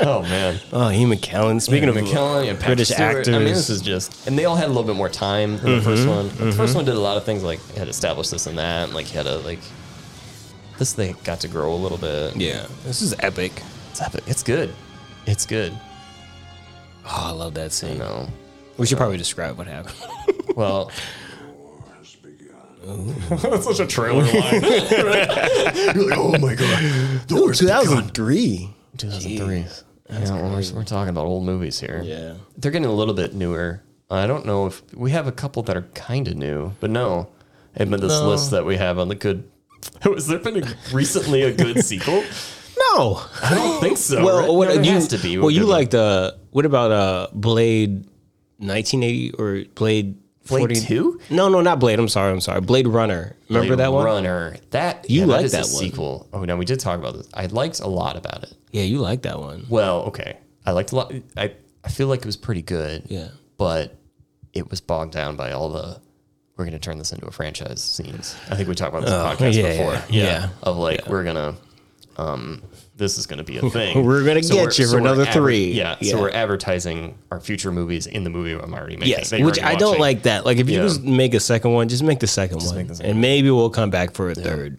Speaker 4: oh, man.
Speaker 1: Oh, Ian McKellen. Speaking of
Speaker 4: McKellen and Patrick
Speaker 1: British
Speaker 4: Stewart, I mean,
Speaker 1: actors.
Speaker 4: this is just, and they all had a little bit more time than the first one. The first one did a lot of things like it had established this and that, and like had a like. This thing got to grow a little bit.
Speaker 1: yeah, this is epic.
Speaker 4: It's epic. It's good. It's good.
Speaker 1: Oh, I love that
Speaker 4: You
Speaker 1: scene.
Speaker 4: know.
Speaker 1: We should probably describe what happened.
Speaker 4: Well. That's such a trailer line. You're like, oh my god, the worst.
Speaker 1: 2003.
Speaker 4: 2003. Yeah, we're, we're talking about old movies here.
Speaker 1: Yeah.
Speaker 4: they're getting a little bit newer. I don't know if we have a couple that are kind of new, but no. And but this
Speaker 1: No.
Speaker 4: list that we have on the good, has there been a, recently a good sequel?
Speaker 1: No.
Speaker 4: I don't think so.
Speaker 1: Well,
Speaker 4: right?
Speaker 1: what
Speaker 4: There
Speaker 1: you,
Speaker 4: has to be.
Speaker 1: Well, you
Speaker 4: Good one.
Speaker 1: like the what about uh Blade 1980 or Blade
Speaker 4: Blade
Speaker 1: 40
Speaker 4: 2?
Speaker 1: No, no, not Blade. I'm sorry. I'm sorry. Blade Runner. Remember
Speaker 4: Blade
Speaker 1: that one?
Speaker 4: Runner. That
Speaker 1: You
Speaker 4: yeah,
Speaker 1: liked
Speaker 4: is a
Speaker 1: that one.
Speaker 4: sequel. Oh no, we did talk about this. I liked a lot about it.
Speaker 1: Yeah, you like that one.
Speaker 4: Well, okay, I liked a lot. I I feel like it was pretty good.
Speaker 1: Yeah.
Speaker 4: but it was bogged down by all the we're going to turn this into a franchise scenes. I think we talked about this on the podcast
Speaker 1: Oh, yeah,
Speaker 4: before.
Speaker 1: yeah, yeah.
Speaker 4: of like we're gonna. Um, this is going to be a thing.
Speaker 1: We're gonna get you for
Speaker 4: we're
Speaker 1: another three.
Speaker 4: Yeah,
Speaker 1: Yeah.
Speaker 4: so we're advertising our future movies in the movie I'm already making.
Speaker 1: Yes,
Speaker 4: that you're
Speaker 1: which I
Speaker 4: already
Speaker 1: don't
Speaker 4: watching.
Speaker 1: like that. Like if you
Speaker 4: Yeah.
Speaker 1: just make a second one, just make the second one,
Speaker 4: make the second
Speaker 1: and maybe we'll come back for a third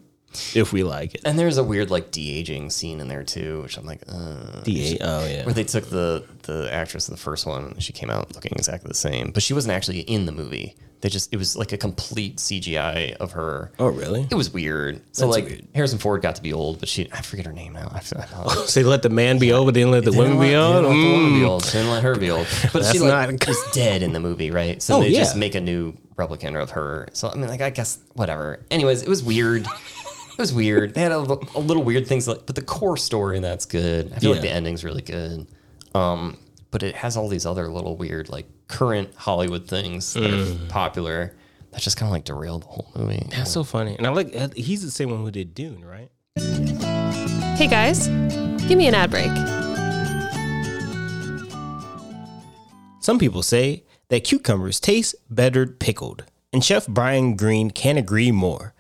Speaker 1: if we like it.
Speaker 4: And there's a weird like de aging scene in there too, which I'm like, uh,
Speaker 1: D8. Oh yeah.
Speaker 4: where they took the the actress in the first one and she came out looking exactly the same but she wasn't actually in the movie they just it was like a complete cgi of her
Speaker 1: Oh really?
Speaker 4: it was weird so
Speaker 1: That's
Speaker 4: like
Speaker 1: weird.
Speaker 4: harrison ford got to be old but she i forget her name now i, I don't
Speaker 1: So they let the man be old, but they didn't let the women
Speaker 4: They
Speaker 1: be
Speaker 4: didn't
Speaker 1: old.
Speaker 4: let- they didn't let the woman
Speaker 1: Mm.
Speaker 4: be old. They didn't let her be old. But
Speaker 1: That's
Speaker 4: she like
Speaker 1: not-
Speaker 4: is dead in the movie, right? So
Speaker 1: Oh,
Speaker 4: they just
Speaker 1: yeah.
Speaker 4: make a new replicant of her. So I mean, like I guess whatever. Anyways, it was weird. it was weird. They had a, li- a little weird things, like, but the core story and that's good. I feel like
Speaker 1: Yeah.
Speaker 4: the ending's really good. Um, but it has all these other little weird, like current Hollywood things that
Speaker 1: Mm.
Speaker 4: are popular. That just kind of like derailed the whole movie.
Speaker 1: That's so funny. And I like uh, he's the same one who did Dune, right?
Speaker 3: Hey guys, give me an ad break.
Speaker 1: Some people say that cucumbers taste better pickled, and Chef Brian Green can't agree more.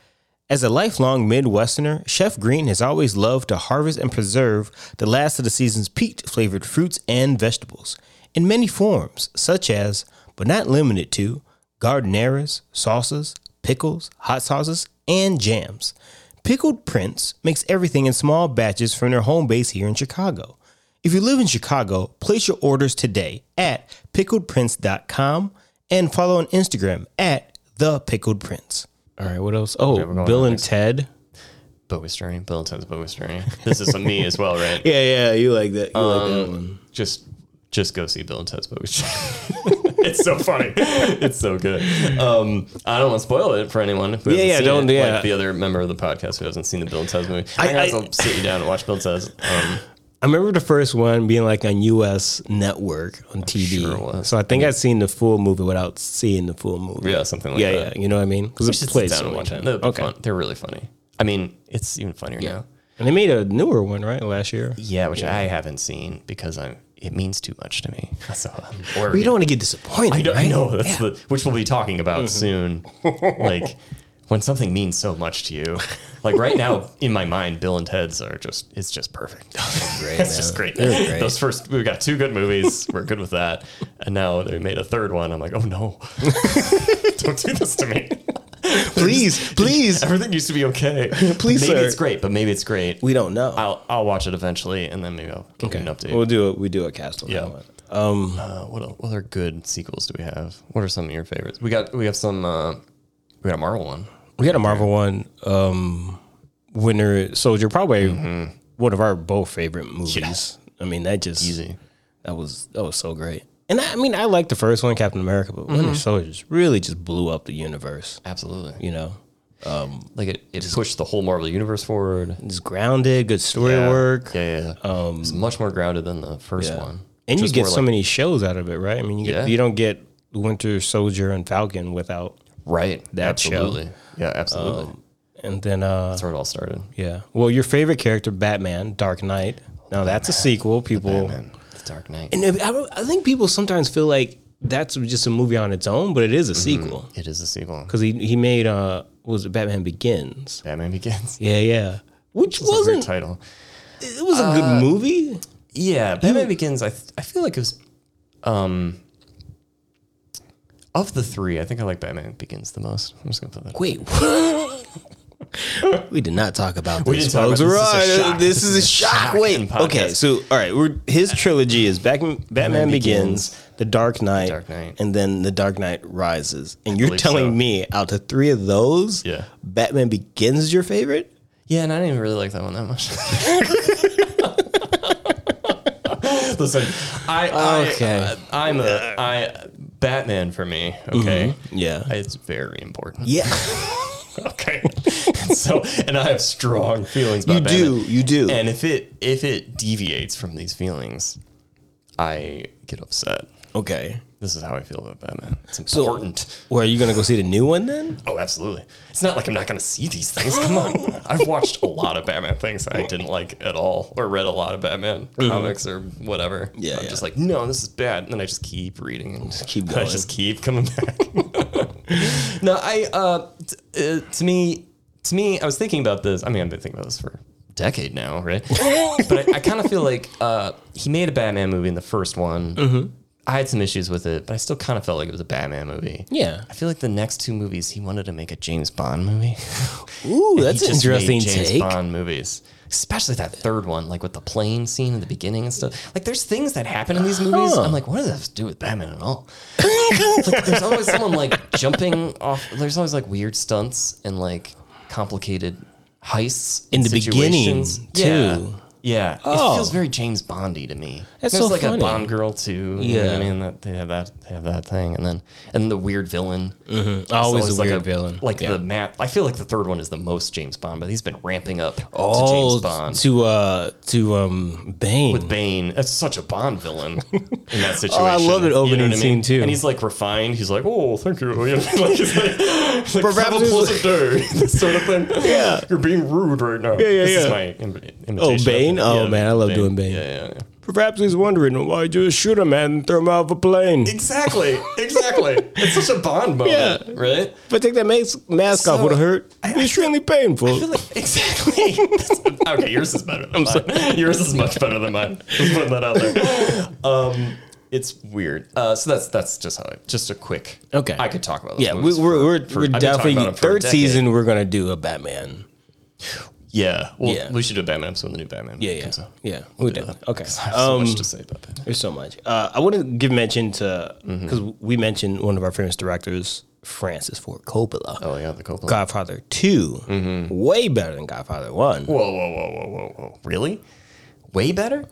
Speaker 1: As a lifelong Midwesterner, Chef Green has always loved to harvest and preserve the last of the season's peaked flavored fruits and vegetables in many forms, such as, but not limited to, gardeneras, sauces, pickles, hot sauces, and jams. Pickled Prince makes everything in small batches from their home base here in Chicago. If you live in Chicago, place your orders today at pickledprince.com and follow on Instagram at the pickled prince. All right, what else? Oh,
Speaker 4: we're going
Speaker 1: Bill
Speaker 4: to
Speaker 1: and Ted.
Speaker 4: Bogus journey. Bill and Ted's bogus journey. This is a me as well, right?
Speaker 1: Yeah, yeah, you like that. You like that one.
Speaker 4: just just go see Bill and Ted's Bogus Journey. it's so funny. It's so good. Um, I don't want to spoil it for anyone. Who hasn't
Speaker 1: Yeah, yeah,
Speaker 4: seen
Speaker 1: don't-
Speaker 4: it,
Speaker 1: yeah.
Speaker 4: Like the other member of the podcast who hasn't seen the Bill and Ted's movie.
Speaker 1: I-
Speaker 4: I, I,
Speaker 1: I-
Speaker 4: will sit you down and watch Bill and Ted's. Um,
Speaker 1: I remember the first one being like on US network on TV.
Speaker 4: sure was.
Speaker 1: So I think I'd seen the full movie without seeing the full movie.
Speaker 4: yeah, something like
Speaker 1: yeah,
Speaker 4: that.
Speaker 1: yeah. You know what I mean? Because
Speaker 4: We
Speaker 1: it
Speaker 4: should sit
Speaker 1: plays
Speaker 4: down
Speaker 1: so
Speaker 4: and watch
Speaker 1: much.
Speaker 4: it. That'd be
Speaker 1: Okay.
Speaker 4: fun. They're really funny. I mean, it's even funnier now.
Speaker 1: And they made a newer one, right, last year?
Speaker 4: Yeah, which I haven't seen because I'm. It means too much to me. So I'm
Speaker 1: We
Speaker 4: worried.
Speaker 1: don't want to get disappointed.
Speaker 4: I don't
Speaker 1: right? Mm-hmm.
Speaker 4: know. That's the, which we'll be talking about soon. Like when something means so much to you. Like right now, in my mind, Bill and Ted's are just it's just perfect. Great, it's just great.
Speaker 1: great.
Speaker 4: Those first we got two good movies. We're good with that. And now they made a third one. I'm like, oh no, don't do this to me.
Speaker 1: Please, please.
Speaker 4: Everything used to be okay.
Speaker 1: Please,
Speaker 4: maybe
Speaker 1: sir.
Speaker 4: it's great, but maybe it's great.
Speaker 1: We don't know.
Speaker 4: I'll I'll watch it eventually, and then maybe I'll give you an update.
Speaker 1: We'll do it. We do a cast on
Speaker 4: Yeah.
Speaker 1: that one.
Speaker 4: Uh, what el- what other good sequels do we have? What are some of your favorites? We got we have some uh, we got a Marvel one.
Speaker 1: We had a Marvel one, um, Winter Soldier, probably
Speaker 4: Mm-hmm.
Speaker 1: one of our both favorite movies. I mean, that just
Speaker 4: Easy.
Speaker 1: That was that was so great. And I, I mean, I liked the first one, Captain America, but
Speaker 4: Mm-hmm.
Speaker 1: Winter Soldier just really just blew up the universe.
Speaker 4: Absolutely.
Speaker 1: You know,
Speaker 4: Like it, it pushed the whole Marvel universe forward.
Speaker 1: it's grounded, good story
Speaker 4: Yeah.
Speaker 1: work,
Speaker 4: Yeah, yeah. Um, it's much more grounded than the first
Speaker 1: Yeah.
Speaker 4: one.
Speaker 1: and you
Speaker 4: Just
Speaker 1: get
Speaker 4: more
Speaker 1: so
Speaker 4: like-
Speaker 1: many shows out of it, right? I mean, you get,
Speaker 4: Yeah.
Speaker 1: you don't get Winter Soldier and Falcon without,
Speaker 4: right.
Speaker 1: that show.
Speaker 4: absolutely. Yeah, absolutely.
Speaker 1: and then uh,
Speaker 4: That's where it all started.
Speaker 1: yeah. Well, your favorite character, Batman, Dark Knight. Now that's a sequel. People
Speaker 4: Batman, The Dark Knight.
Speaker 1: And if- I, don't- I think people sometimes feel like that's just a movie on its own, but it
Speaker 4: Mm-hmm.
Speaker 1: is a sequel
Speaker 4: it is a sequel.
Speaker 1: because he he made uh what was it Batman Begins?
Speaker 4: Batman Begins.
Speaker 1: Yeah, yeah. Which
Speaker 4: It's a weird
Speaker 1: wasn't
Speaker 4: title.
Speaker 1: it was a
Speaker 4: Uh,
Speaker 1: good movie.
Speaker 4: Yeah, Batman Begins. I th- I feel like it was, um, of the three, I think I like Batman Begins the most. I'm just gonna put that.
Speaker 1: Wait. We did not talk about this.
Speaker 4: We didn't talk
Speaker 1: folks.
Speaker 4: about this.
Speaker 1: Right,
Speaker 4: This is
Speaker 1: This
Speaker 4: a shock.
Speaker 1: is a shock. Wait.
Speaker 4: podcast.
Speaker 1: Okay. So, all right. We're, his trilogy is Back, Batman, Begins,
Speaker 4: Begins,
Speaker 1: The Dark Knight,
Speaker 4: Dark Knight.
Speaker 1: and then The Dark Knight Rises. And you're
Speaker 4: believe
Speaker 1: telling
Speaker 4: so.
Speaker 1: me out of three of those,
Speaker 4: Yeah.
Speaker 1: Batman Begins is your favorite?
Speaker 4: Yeah, and I didn't even really like that one that much. Listen, I,
Speaker 1: Okay. Mm-hmm.
Speaker 4: okay. I I'm a I Batman for me. Okay,
Speaker 1: Yeah.
Speaker 4: it's very important.
Speaker 1: yeah.
Speaker 4: Okay, And so and I have strong feelings about
Speaker 1: You do,
Speaker 4: Batman.
Speaker 1: you do.
Speaker 4: And if it if it deviates from these feelings, I get upset.
Speaker 1: okay.
Speaker 4: This is how I feel about Batman. It's important.
Speaker 1: Well, are you gonna go see the new one then?
Speaker 4: Oh, absolutely. It's not like I'm not going to see these things. Come on. I've watched a lot of Batman things I didn't like at all, or read a lot of Batman comics or whatever.
Speaker 1: Yeah,
Speaker 4: I'm
Speaker 1: yeah.
Speaker 4: just like, no, this is bad. And then I just keep reading and just
Speaker 1: keep
Speaker 4: I
Speaker 1: going.
Speaker 4: just keep coming back. no, I, uh, t- uh, to me, to me, I was thinking about this. I mean, I've been thinking about this for a decade now, right? but I, I kind of feel like uh, he made a Batman movie in the first one. I had some issues with it, but I still kind of felt like it was a Batman movie.
Speaker 1: Yeah.
Speaker 4: I feel like the next two movies he wanted to make a James Bond movie.
Speaker 1: Ooh, that's
Speaker 4: He
Speaker 1: an
Speaker 4: just made
Speaker 1: interesting
Speaker 4: James
Speaker 1: take.
Speaker 4: Bond movies, especially that third one, like with the plane scene in the beginning and stuff. Like, there's things that happen in these movies. I'm like, what does that have to do with Batman at all? It's like, there's always someone like jumping off. There's always like weird stunts and like complicated heists
Speaker 1: In
Speaker 4: and
Speaker 1: the beginning,
Speaker 4: situations.
Speaker 1: too.
Speaker 4: Yeah,
Speaker 1: Oh.
Speaker 4: it feels very James Bondy to me.
Speaker 1: That's
Speaker 4: There's
Speaker 1: so
Speaker 4: like
Speaker 1: funny.
Speaker 4: a Bond girl too. You know what
Speaker 1: Yeah.
Speaker 4: I mean that they have that they have that thing, and then and then the weird villain.
Speaker 1: Mm-hmm.
Speaker 4: It's
Speaker 1: Always a weird villain.
Speaker 4: Like
Speaker 1: Yeah.
Speaker 4: the map. I feel like the third one is the most James Bond, but he's been ramping up to
Speaker 1: Oh,
Speaker 4: James Bond.
Speaker 1: to uh, to um, Bane.
Speaker 4: with Bane, that's such a Bond villain in that situation.
Speaker 1: Oh, I love it opening scene, too.
Speaker 4: And he's like refined. He's like, "Oh, thank you." You know, like he's like, he's like
Speaker 1: Perhaps
Speaker 4: "Have a
Speaker 1: he's
Speaker 4: pleasant day," this sort of thing.
Speaker 1: Yeah.
Speaker 4: you're being rude right now.
Speaker 1: yeah,
Speaker 4: this
Speaker 1: yeah.
Speaker 4: Is my im- imitation
Speaker 1: Oh,
Speaker 4: of
Speaker 1: Bane?
Speaker 4: him.
Speaker 1: Oh, man, I love doing Bane.
Speaker 4: Yeah, yeah, yeah.
Speaker 1: Perhaps he's wondering why you just shoot a man and throw him out of a plane.
Speaker 4: Exactly. Exactly. it's such a Bond moment,
Speaker 1: Yeah.
Speaker 4: right?
Speaker 1: But take that mas- mask off
Speaker 4: So-
Speaker 1: would have hurt. it's extremely painful.
Speaker 4: I feel like- exactly. okay, yours is better than mine. Yours is much better than mine. Just putting that out there. Um, it's weird. Uh, so that's that's just how I, just a quick.
Speaker 1: Okay.
Speaker 4: I could talk about. Those
Speaker 1: yeah, we,
Speaker 4: movies
Speaker 1: we're,
Speaker 4: for-
Speaker 1: we're,
Speaker 4: for-
Speaker 1: we're
Speaker 4: I've been talking
Speaker 1: definitely
Speaker 4: about 'em for a
Speaker 1: third
Speaker 4: decade.
Speaker 1: season. We're gonna do a Batman.
Speaker 4: Yeah. Well,
Speaker 1: Yeah.
Speaker 4: we should do Batman soon. The new Batman.
Speaker 1: Yeah,
Speaker 4: comes
Speaker 1: yeah,
Speaker 4: out.
Speaker 1: yeah. We did. Okay.
Speaker 4: I have so
Speaker 1: Um,
Speaker 4: much to say about Batman.
Speaker 1: There's so much. Uh, I want to give mention to
Speaker 4: Mm-hmm.
Speaker 1: because we mentioned one of our famous directors, Francis Ford Coppola.
Speaker 4: Oh Mm-hmm. yeah, the Coppola.
Speaker 1: Godfather 2 way better than Godfather One.
Speaker 4: Whoa, whoa, whoa, whoa, whoa, whoa! Really? Way better?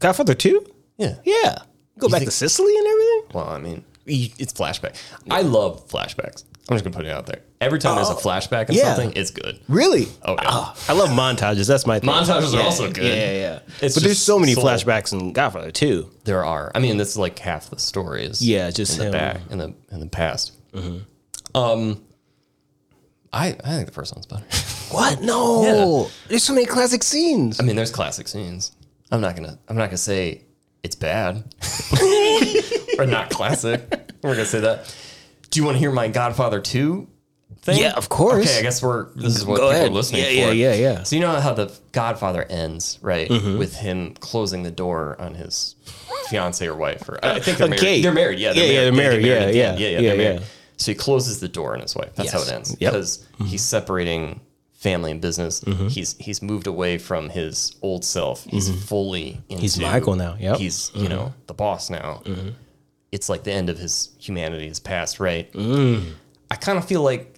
Speaker 1: Godfather Two?
Speaker 4: Yeah.
Speaker 1: Yeah. Go back to Sicily and everything.
Speaker 4: Well, I mean, you- it's flashback. I love flashbacks. I'm just gonna put it out there. Every time there's a flashback in
Speaker 1: Oh. yeah. Ah.
Speaker 4: something, it's good.
Speaker 1: Really?
Speaker 4: Oh, yeah.
Speaker 1: I love montages. That's my thing.
Speaker 4: Montages are
Speaker 1: Yeah,
Speaker 4: also good.
Speaker 1: Yeah, yeah. yeah.
Speaker 4: It's
Speaker 1: but there's
Speaker 4: just
Speaker 1: so many
Speaker 4: soul.
Speaker 1: flashbacks in Godfather Two.
Speaker 4: There are. I mean, that's like half the stories.
Speaker 1: Yeah, just
Speaker 4: in the
Speaker 1: him. Mm-hmm.
Speaker 4: back in the in the past. Um, I I think the first one's better.
Speaker 1: What? No. There's so many classic scenes.
Speaker 4: I mean, there's classic scenes. I'm not gonna I'm not gonna say it's bad or not classic. We're gonna say that. Do you want to hear my Godfather two? Thing?
Speaker 1: Yeah, of course.
Speaker 4: Okay, I guess we're this is what
Speaker 1: Go
Speaker 4: people
Speaker 1: ahead.
Speaker 4: are listening
Speaker 1: Yeah,
Speaker 4: for.
Speaker 1: yeah, yeah, yeah. Mm-hmm.
Speaker 4: So you know how the Godfather ends, right? With him closing the door on his fiance or wife, or I think they're
Speaker 1: on
Speaker 4: married.
Speaker 1: Kate.
Speaker 4: They're married. Yeah, they're
Speaker 1: Yeah, yeah, they're
Speaker 4: married. They get
Speaker 1: married.
Speaker 4: married
Speaker 1: Yeah,
Speaker 4: at the
Speaker 1: yeah,
Speaker 4: end. yeah, yeah,
Speaker 1: yeah,
Speaker 4: they're
Speaker 1: yeah.
Speaker 4: married. So he closes the door on his wife.
Speaker 1: Yes.
Speaker 4: That's how it ends.
Speaker 1: Yep. Mm-hmm.
Speaker 4: Because he's separating family and business. He's he's moved away from his old self. He's fully into,
Speaker 1: Mm-hmm. He's Michael now. Yep. Mm-hmm.
Speaker 4: He's you know the boss now. It's like the end of his humanity, his past, right?
Speaker 1: Mm.
Speaker 4: I kind of feel like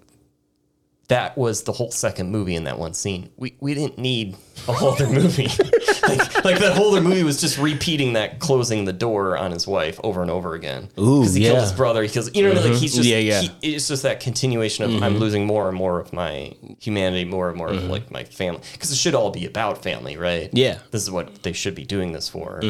Speaker 4: that was the whole second movie in that one scene. We we didn't need a whole other movie. like, like that whole other movie was just repeating that closing the door on his wife over and over again.
Speaker 1: Ooh,
Speaker 4: he
Speaker 1: yeah.
Speaker 4: killed his brother. He kills you know like he's
Speaker 1: Mm-hmm.
Speaker 4: just
Speaker 1: Yeah, yeah. Mm-hmm.
Speaker 4: he- it's just that continuation of I'm losing more and more of my humanity, more and more of like my family. Because it should all be about family, right?
Speaker 1: Yeah. Mm-hmm.
Speaker 4: This is what they should be doing this for.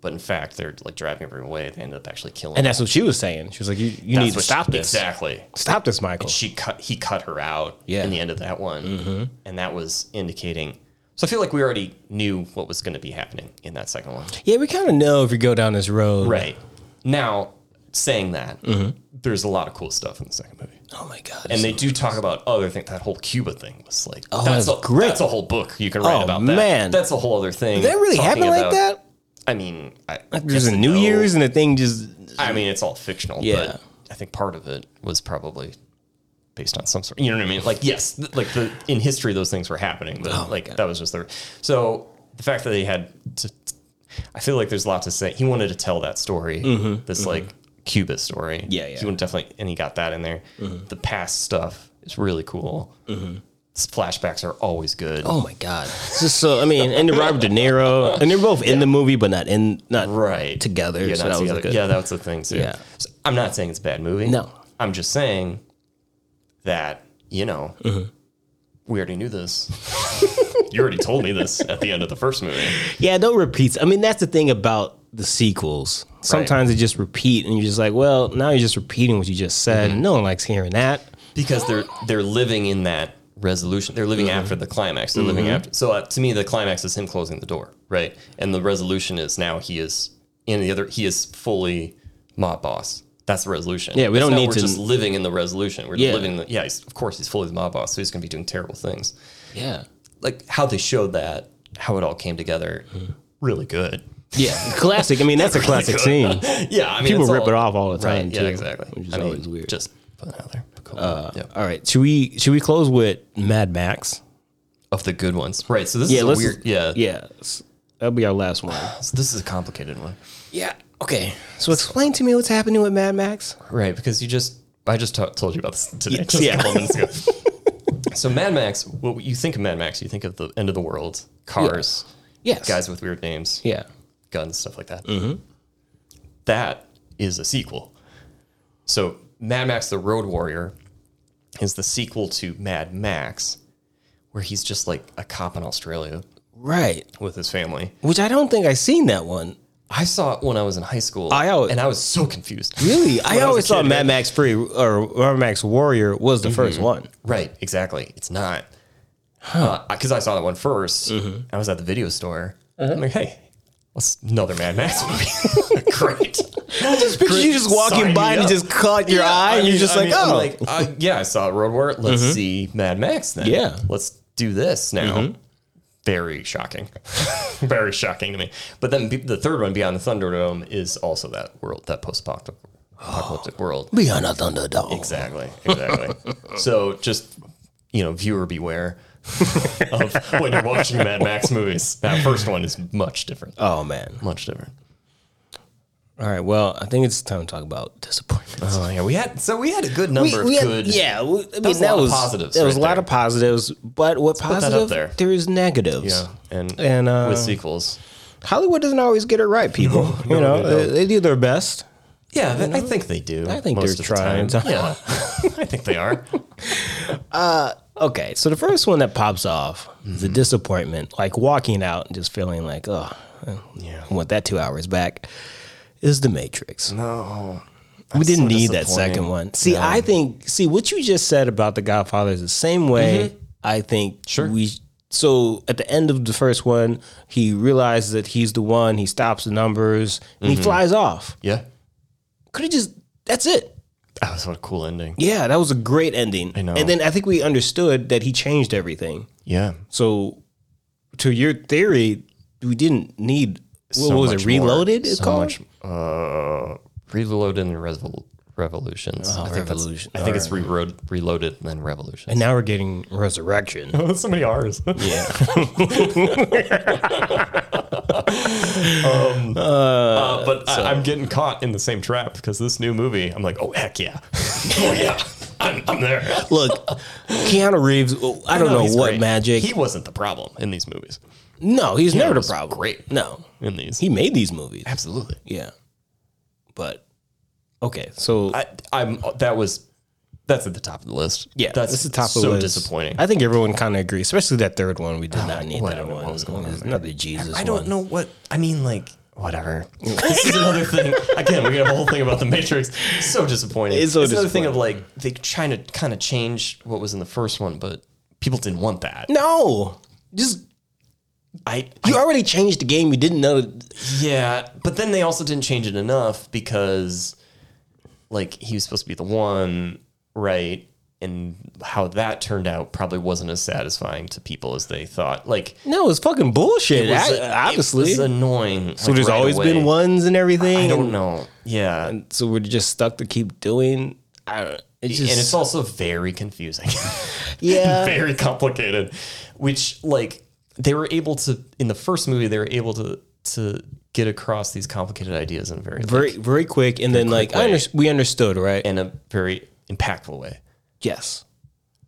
Speaker 4: But in fact, they're like driving everyone away. They end up actually killing.
Speaker 1: And
Speaker 4: him.
Speaker 1: that's what she was saying. She was like, "You, you
Speaker 4: That's
Speaker 1: need to
Speaker 4: what she-
Speaker 1: stop this.
Speaker 4: Exactly
Speaker 1: Stop this, Michael."
Speaker 4: she cut he cut her out
Speaker 1: Yeah. Mm-hmm.
Speaker 4: in the end of that one and that was indicating so i feel like we already knew what was going to be happening in that second one
Speaker 1: yeah, we kind of know if you go down this road.
Speaker 4: right now saying that
Speaker 1: Mm-hmm.
Speaker 4: there's a lot of cool stuff in the second movie
Speaker 1: Oh my god.
Speaker 4: and they do talk about other things that whole cuba thing was like
Speaker 1: Oh,
Speaker 4: that's,
Speaker 1: that's
Speaker 4: a,
Speaker 1: great.
Speaker 4: that's a whole book you can write
Speaker 1: Oh,
Speaker 4: about that
Speaker 1: man.
Speaker 4: that's a whole other thing
Speaker 1: Did that really
Speaker 4: Talking
Speaker 1: happen like
Speaker 4: about-
Speaker 1: that?
Speaker 4: i mean I,
Speaker 1: There's
Speaker 4: yes
Speaker 1: a
Speaker 4: and
Speaker 1: New
Speaker 4: no.
Speaker 1: Year's and the thing just
Speaker 4: I mean, it's all fictional,
Speaker 1: Yeah.
Speaker 4: but I think part of it was probably based on some sort. You know what I mean? Like, yes, th- like the in history, those things were happening,
Speaker 1: Oh,
Speaker 4: but like that was just the. So the fact that they had to, I feel like there's a lot to say. He wanted to tell that story, this like Cuba story.
Speaker 1: Mm-hmm, Yeah, yeah. Mm-hmm.
Speaker 4: He wanted definitely, and he got that in there. The past stuff is really cool. His flashbacks are always good.
Speaker 1: Oh my god! It's just so I mean, and the Robert De Niro, and they're both in the movie, but not in not
Speaker 4: right
Speaker 1: together.
Speaker 4: Yeah,
Speaker 1: so
Speaker 4: not
Speaker 1: that was
Speaker 4: together.
Speaker 1: good.
Speaker 4: yeah, that was the thing too.
Speaker 1: Yeah.
Speaker 4: So I'm not saying it's a bad movie.
Speaker 1: No.
Speaker 4: I'm just saying that you know
Speaker 1: Mm-hmm.
Speaker 4: we already knew this. you already told me this at the end of the first movie.
Speaker 1: yeah, don't repeat. I mean, that's the thing about the sequels. Sometimes they just repeat, and you're just like, well, now you're just repeating what you just said. and No one likes hearing that.
Speaker 4: because they're they're living in that resolution. They're living
Speaker 1: Mm-hmm.
Speaker 4: after the climax. They're living after. So uh, to me, the climax is him closing the door, right? And the resolution is now he is in the other. He is fully mob boss. That's the resolution.
Speaker 1: Yeah, we
Speaker 4: It's
Speaker 1: don't
Speaker 4: not
Speaker 1: need
Speaker 4: we're
Speaker 1: to-
Speaker 4: just living in the resolution. We're
Speaker 1: Yeah.
Speaker 4: living. The, yeah, he's, of course he's fully the mob boss, so he's going to be doing terrible things.
Speaker 1: Yeah,
Speaker 4: Like how they showed that, how it all came together, really good.
Speaker 1: yeah, classic. I mean, that's a Mm-hmm. classic scene.
Speaker 4: Yeah, I mean
Speaker 1: People
Speaker 4: it's
Speaker 1: rip
Speaker 4: all-
Speaker 1: it off all the time.
Speaker 4: Right, yeah,
Speaker 1: too,
Speaker 4: exactly.
Speaker 1: Which is
Speaker 4: I mean,
Speaker 1: always weird. Uh,
Speaker 4: Just put it out there. Cool. Yeah.
Speaker 1: All right, should we should we close with Mad Max?
Speaker 4: Of the good ones, right? So this
Speaker 1: Yeah,
Speaker 4: is a
Speaker 1: let's-
Speaker 4: weird. Yeah,
Speaker 1: Yeah, that'll be our last one.
Speaker 4: So this is a complicated one.
Speaker 1: Yeah. Okay. So explain to me what's happening with Mad Max.
Speaker 4: Right, because you just I just t- told you about this today.
Speaker 1: Yes.
Speaker 4: just
Speaker 1: Yeah.
Speaker 4: a couple minutes ago. so Mad Max, what you think of Mad Max, you think of the end of the world, cars,
Speaker 1: Yes.
Speaker 4: guys with weird names,
Speaker 1: Yeah. Mm-hmm.
Speaker 4: guns, stuff like that. That is a sequel. So Mad Max the Road Warrior is the sequel to Mad Max, where he's just like a cop in Australia
Speaker 1: Right.
Speaker 4: with his family.
Speaker 1: Which I don't think I've seen that one.
Speaker 4: I saw it when I was in high school.
Speaker 1: I always-
Speaker 4: and I was so confused.
Speaker 1: Really? I
Speaker 4: When I was a
Speaker 1: always thought
Speaker 4: kid,
Speaker 1: Mad
Speaker 4: right?
Speaker 1: Max Free or Mad Max Warrior was the first one.
Speaker 4: Right, exactly. It's not. Uh,
Speaker 1: Mm-hmm. Uh-huh.
Speaker 4: Because I saw that one first. I was at the video store. I'm like, hey, That's another Mad Max movie. Great.
Speaker 1: Just picture you just walking
Speaker 4: Sign
Speaker 1: by
Speaker 4: me
Speaker 1: and it
Speaker 4: up.
Speaker 1: just caught your
Speaker 4: Yeah,
Speaker 1: eye,
Speaker 4: I
Speaker 1: and you're
Speaker 4: mean-
Speaker 1: just
Speaker 4: I
Speaker 1: like,
Speaker 4: mean, I'm
Speaker 1: oh, Mm-hmm.
Speaker 4: uh, yeah, I saw Road War. Let's see Mad Max then.
Speaker 1: Yeah. Mm-hmm.
Speaker 4: let's do this now. Very shocking, very shocking to me. But then be- the third one, Beyond the Thunderdome, is also that world, that post-apocalyptic apocalyptic world.
Speaker 1: be on a thunderdog.
Speaker 4: Exactly, exactly. so just you know, viewer beware of when you're watching Mad Max movies. That first one is much different,
Speaker 1: Oh man.
Speaker 4: much different.
Speaker 1: All right. Well, I think it's time to talk about disappointments.
Speaker 4: Oh yeah, we had so we had a good number
Speaker 1: we,
Speaker 4: of
Speaker 1: we had,
Speaker 4: good.
Speaker 1: yeah, we, I mean,
Speaker 4: was a
Speaker 1: that
Speaker 4: lot of
Speaker 1: was
Speaker 4: positives
Speaker 1: There was a
Speaker 4: right
Speaker 1: lot
Speaker 4: there.
Speaker 1: of positives, but what
Speaker 4: that up
Speaker 1: positive
Speaker 4: there.
Speaker 1: there is negatives.
Speaker 4: Yeah, and
Speaker 1: And, uh,
Speaker 4: with sequels.
Speaker 1: Hollywood doesn't always get it right, people. you know,
Speaker 4: they don't.
Speaker 1: they, they do their best.
Speaker 4: Yeah, th- I think they do.
Speaker 1: I think
Speaker 4: most
Speaker 1: they're
Speaker 4: of the
Speaker 1: trying
Speaker 4: time.
Speaker 1: to-
Speaker 4: Yeah, I think they are.
Speaker 1: Okay, so the first one that pops off is
Speaker 4: Mm-hmm.
Speaker 1: the disappointment, like walking out and just feeling like, oh,
Speaker 4: Yeah.
Speaker 1: I want that two hours back. Is the Matrix? No, we didn't
Speaker 4: so
Speaker 1: need that
Speaker 4: disappointing.
Speaker 1: second one. See, I think, see what you just said about the Godfather is the same way. I think
Speaker 4: Mm-hmm. Sure.
Speaker 1: we. So at the end of the first one, he realizes that he's the one. He stops the numbers and
Speaker 4: Mm-hmm.
Speaker 1: he flies off.
Speaker 4: Yeah,
Speaker 1: Could have just that's it.
Speaker 4: that was what a cool ending.
Speaker 1: Yeah, that was a great ending.
Speaker 4: I know.
Speaker 1: And then I think we understood that he changed everything.
Speaker 4: Yeah,
Speaker 1: So, to your theory, we didn't need what
Speaker 4: So
Speaker 1: was
Speaker 4: much
Speaker 1: it?
Speaker 4: more.
Speaker 1: Reloaded. It's
Speaker 4: so
Speaker 1: called.
Speaker 4: much. Uh, reloaded and Revol- revolutions. I think that's-
Speaker 1: Revolution.
Speaker 4: I think it's reload, reloaded and then revolution.
Speaker 1: And now we're getting resurrection.
Speaker 4: That's so many R's. Yeah. Um, uh, but I, am getting caught in the same trap because this new movie, I'm like, oh, heck yeah. oh, yeah. I'm, I'm there.
Speaker 1: Look, Keanu Reeves. oh, I don't
Speaker 4: No,
Speaker 1: know
Speaker 4: he's
Speaker 1: what
Speaker 4: great.
Speaker 1: magic.
Speaker 4: He wasn't the problem in these movies.
Speaker 1: no, he's never the
Speaker 4: was
Speaker 1: problem.
Speaker 4: great.
Speaker 1: No,
Speaker 4: In these.
Speaker 1: he made these movies.
Speaker 4: Absolutely.
Speaker 1: Yeah, but okay. So
Speaker 4: I, I'm, that was, that's at the top of the list.
Speaker 1: yeah,
Speaker 4: That's
Speaker 1: this is top
Speaker 4: so
Speaker 1: of the list.
Speaker 4: disappointing.
Speaker 1: I think everyone kind of agrees, especially that third one. We did not need
Speaker 4: well, I
Speaker 1: that
Speaker 4: don't know
Speaker 1: one.
Speaker 4: what was going on
Speaker 1: There's Another Jesus.
Speaker 4: I don't
Speaker 1: one.
Speaker 4: know what I mean. Like whatever. this is another thing. Again, we got a whole thing about the Matrix. So disappointing.
Speaker 1: It's so
Speaker 4: another thing of like they trying to kind of change what was in the first one, but people didn't want that.
Speaker 1: No, just
Speaker 4: I,
Speaker 1: you
Speaker 4: I
Speaker 1: already changed the game. You didn't know.
Speaker 4: yeah, but then they also didn't change it enough because like he was supposed to be the one, right? And how that turned out probably wasn't as satisfying to people as they thought. Like
Speaker 1: No, it's fucking bullshit.
Speaker 4: it was-
Speaker 1: I-
Speaker 4: it
Speaker 1: obviously,
Speaker 4: was annoying.
Speaker 1: So there's always been ones and everything.
Speaker 4: I don't
Speaker 1: and-
Speaker 4: know. Yeah,
Speaker 1: So we're just stuck to keep doing. I don't. It's just
Speaker 4: and it's also very confusing,
Speaker 1: yeah.
Speaker 4: very complicated. Which like they were able to in the first movie, they were able to to get across these complicated ideas in a very,
Speaker 1: Very very quick, and then like I
Speaker 4: way.
Speaker 1: under, we understood, right?
Speaker 4: in a very impactful way,
Speaker 1: yes,